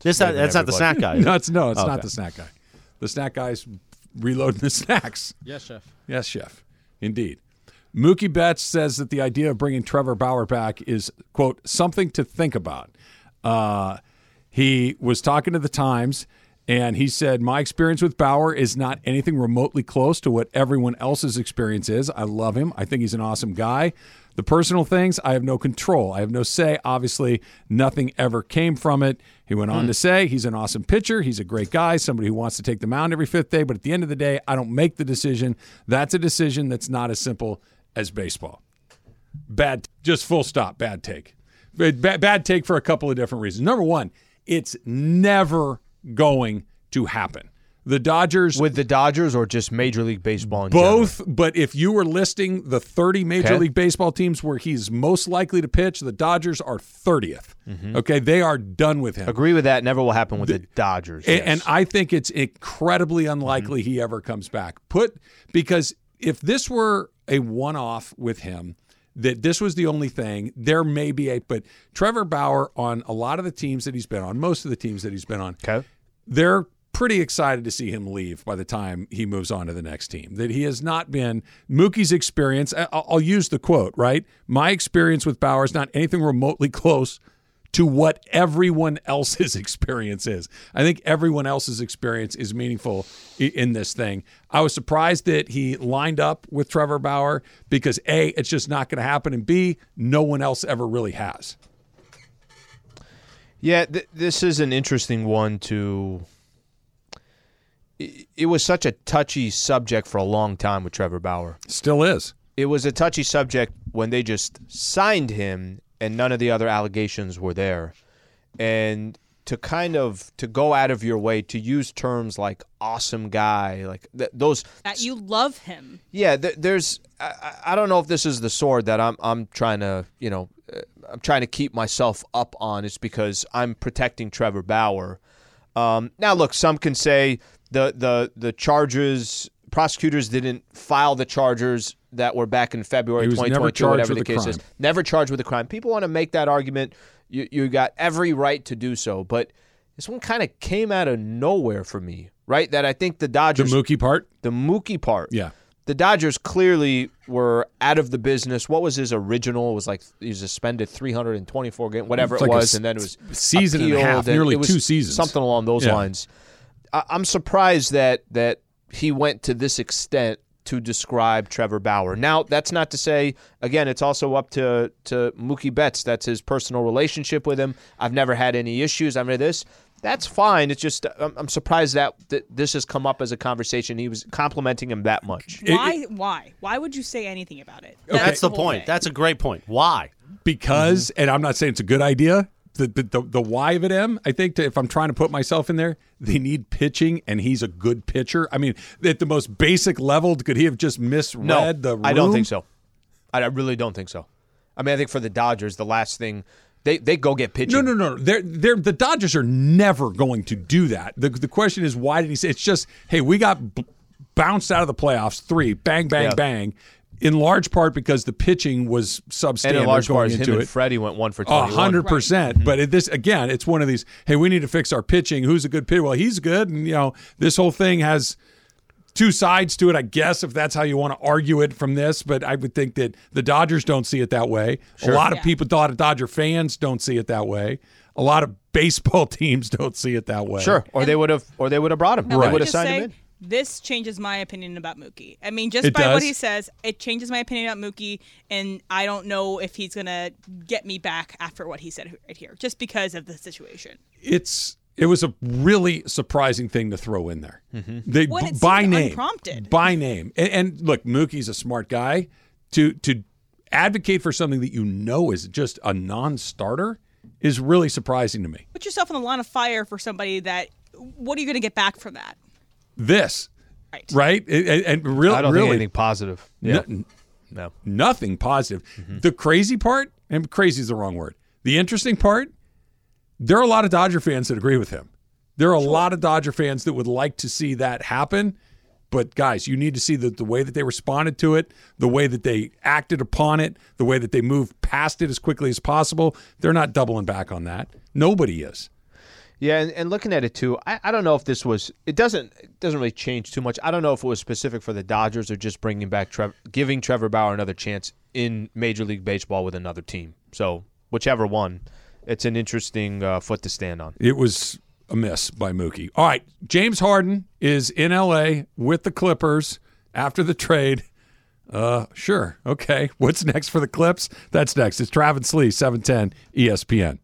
B: This not, that's not the snack guy. is
C: <laughs> no,
B: it?
C: it's no, it's
B: Oh,
C: not
B: okay.
C: the snack guy. The snack guy's reloading the snacks.
I: Yes, chef.
C: Yes, chef. Indeed. Mookie Betts says that the idea of bringing Trevor Bauer back is, quote, something to think about. Uh, he was talking to the Times and he said, My experience with Bauer is not anything remotely close to what everyone else's experience is. I love him. I think he's an awesome guy. The personal things, I have no control. I have no say. Obviously, nothing ever came from it. He went on to say he's an awesome pitcher. He's a great guy, somebody who wants to take the mound every fifth day. But at the end of the day, I don't make the decision. That's a decision that's not as simple as baseball. Bad, just full stop, bad take. Bad, bad- bad take for a couple of different reasons. Number one, it's never going to happen. The Dodgers.
D: With the Dodgers or just Major League Baseball in general?
C: Both, but if you were listing the 30 Major
D: Okay.
C: League Baseball teams where he's most likely to pitch, the Dodgers are 30th.
B: Mm-hmm.
C: Okay, they are done with him.
D: Hmm. Agree with that. Never will happen with the, Dodgers.
C: A- And I think it's incredibly unlikely he ever comes back. Put because if this were a one-off with him, that this was the only thing, there may be a but Trevor Bauer on a lot of the teams that he's been on, most of the teams that he's been on, they're pretty excited to see him leave by the time he moves on to the next team. That he has not been Mookie's experience. I- I'll I'll use the quote, right? My experience with Bauer is not anything remotely <laughs> close to what everyone else's <laughs> experience is. I think everyone else's experience is meaningful i- in this thing. I was surprised that he lined up with Trevor Bauer because A, it's just not going to happen, and B, no one else ever really has.
D: Yeah, th- this is an interesting one to. It, it was such a touchy subject for a long time with Trevor Bauer.
C: Still is.
D: It was a touchy subject when they just signed him and none of the other allegations were there. And to kind of to go out of your way to use terms like awesome guy, like th- those
F: That you love him.
D: yeah, th- there's. I, I- I don't know if this is the sword that I'm. I'm trying to. You know, uh, I'm trying to keep myself up on. It's because I'm protecting Trevor Bauer. Um, now, look, some can say the the the charges prosecutors didn't file the charges that were back in February
C: He was never
D: 2022,
C: charged
D: whatever the
C: with a
D: case is.
C: crime.
D: Never charged with a crime. People want to make that argument. You you got every right to do so, but this one kind of came out of nowhere for me, right? That I think the Dodgers
C: The Mookie part?
D: The Mookie part.
C: Yeah.
D: The Dodgers clearly were out of the business. What was his original? It was like he was suspended 324 games, whatever
C: It's
D: it
C: like a
D: was,
C: s-
D: and then it was
C: season and a
D: appealed,
C: half, nearly
D: it was
C: two seasons.
D: something along those
C: Yeah.
D: lines. I, I'm surprised that that he went to this extent to describe Trevor Bauer. Now, that's not to say again, it's also up to to Mookie Betts. That's his personal relationship with him. I've never had any issues. I mean, this that's fine. It's just I'm, I'm surprised that th- this has come up as a conversation. He was complimenting him that much.
F: Why? why? Why would you say anything about it?
B: That's the
F: whole
B: point.
F: thing.
B: That's a great point. Why?
C: Because, and I'm not saying it's a good idea. The, the, the, the why of it, M, I think to, if I'm trying to put myself in there, they need pitching, and he's a good pitcher. I mean, at the most basic level, could he have just misread
D: No,
C: the room?
D: I don't think so. I, I really don't think so. I mean, I think for the Dodgers, the last thing they they go get pitching.
C: No, no, no. They're, they're, the Dodgers are never going to do that. The, the question is, why did he say It's just, hey, we got b- bounced out of the playoffs three, bang, bang,
D: Yeah.
C: bang, in large part because the pitching was substandard
D: and in large
C: going
D: part, him
C: into
D: and
C: it.
D: Freddie went one for
C: A
D: twenty-one. Mm-hmm.
C: hundred percent. But it, this again, it's one of these. Hey, we need to fix our pitching. Who's a good pitcher? Well, he's good, and you know this whole thing has two sides to it. I guess if that's how you want to argue it from this, but I would think that the Dodgers don't see it that way.
D: Sure.
C: A lot of
F: Yeah.
C: people, Dod- Dodger fans, don't see it that way. A lot of baseball <laughs> teams don't see it that way.
D: Sure, or they would have, or they would have brought him.
F: Now,
D: They
F: let me
D: would have
F: just
D: signed
F: say,
D: him in.
F: This changes my opinion about Mookie. I mean, just
C: It
F: by what
C: does.
F: he says, it changes my opinion about Mookie, and I don't know if he's gonna get me back after what he said right here, just because of the situation.
C: It's it was a really surprising thing to throw in there. They
F: Well, it
C: by
F: seemed
C: name,
F: unprompted.
C: by name, and, and look, Mookie's a smart guy. To to advocate for something that you know is just a non-starter is really surprising to me.
F: Put yourself in the line of fire for somebody that. What are you gonna get back from that?
C: This,
F: Right.
C: right, and, and- and real-
D: I don't
C: really
D: think anything positive. Yeah,
C: no-
D: no. Mm-hmm.
C: nothing positive. The crazy part, and crazy is the wrong word. The interesting part, there are a lot of Dodger fans that agree with him. There are a lot of Dodger fans that would like to see that happen. But guys, you need to see the, the way that they responded to it, the way that they acted upon it, the way that they moved past it as quickly as possible. They're not doubling back on that. Nobody is.
D: Yeah, and, and looking at it too, I, I don't know if this was it doesn't it doesn't really change too much. I don't know if it was specific for the Dodgers or just bringing back Trevor, giving Trevor Bauer another chance in Major League Baseball with another team. So whichever one, it's an interesting uh, foot to stand on.
C: It was a miss by Mookie. All right, James Harden is in LA with the Clippers after the trade. Uh, E sure. Okay. What's next for the Clips? That's next. It's Travis Lee, 710 ESPN.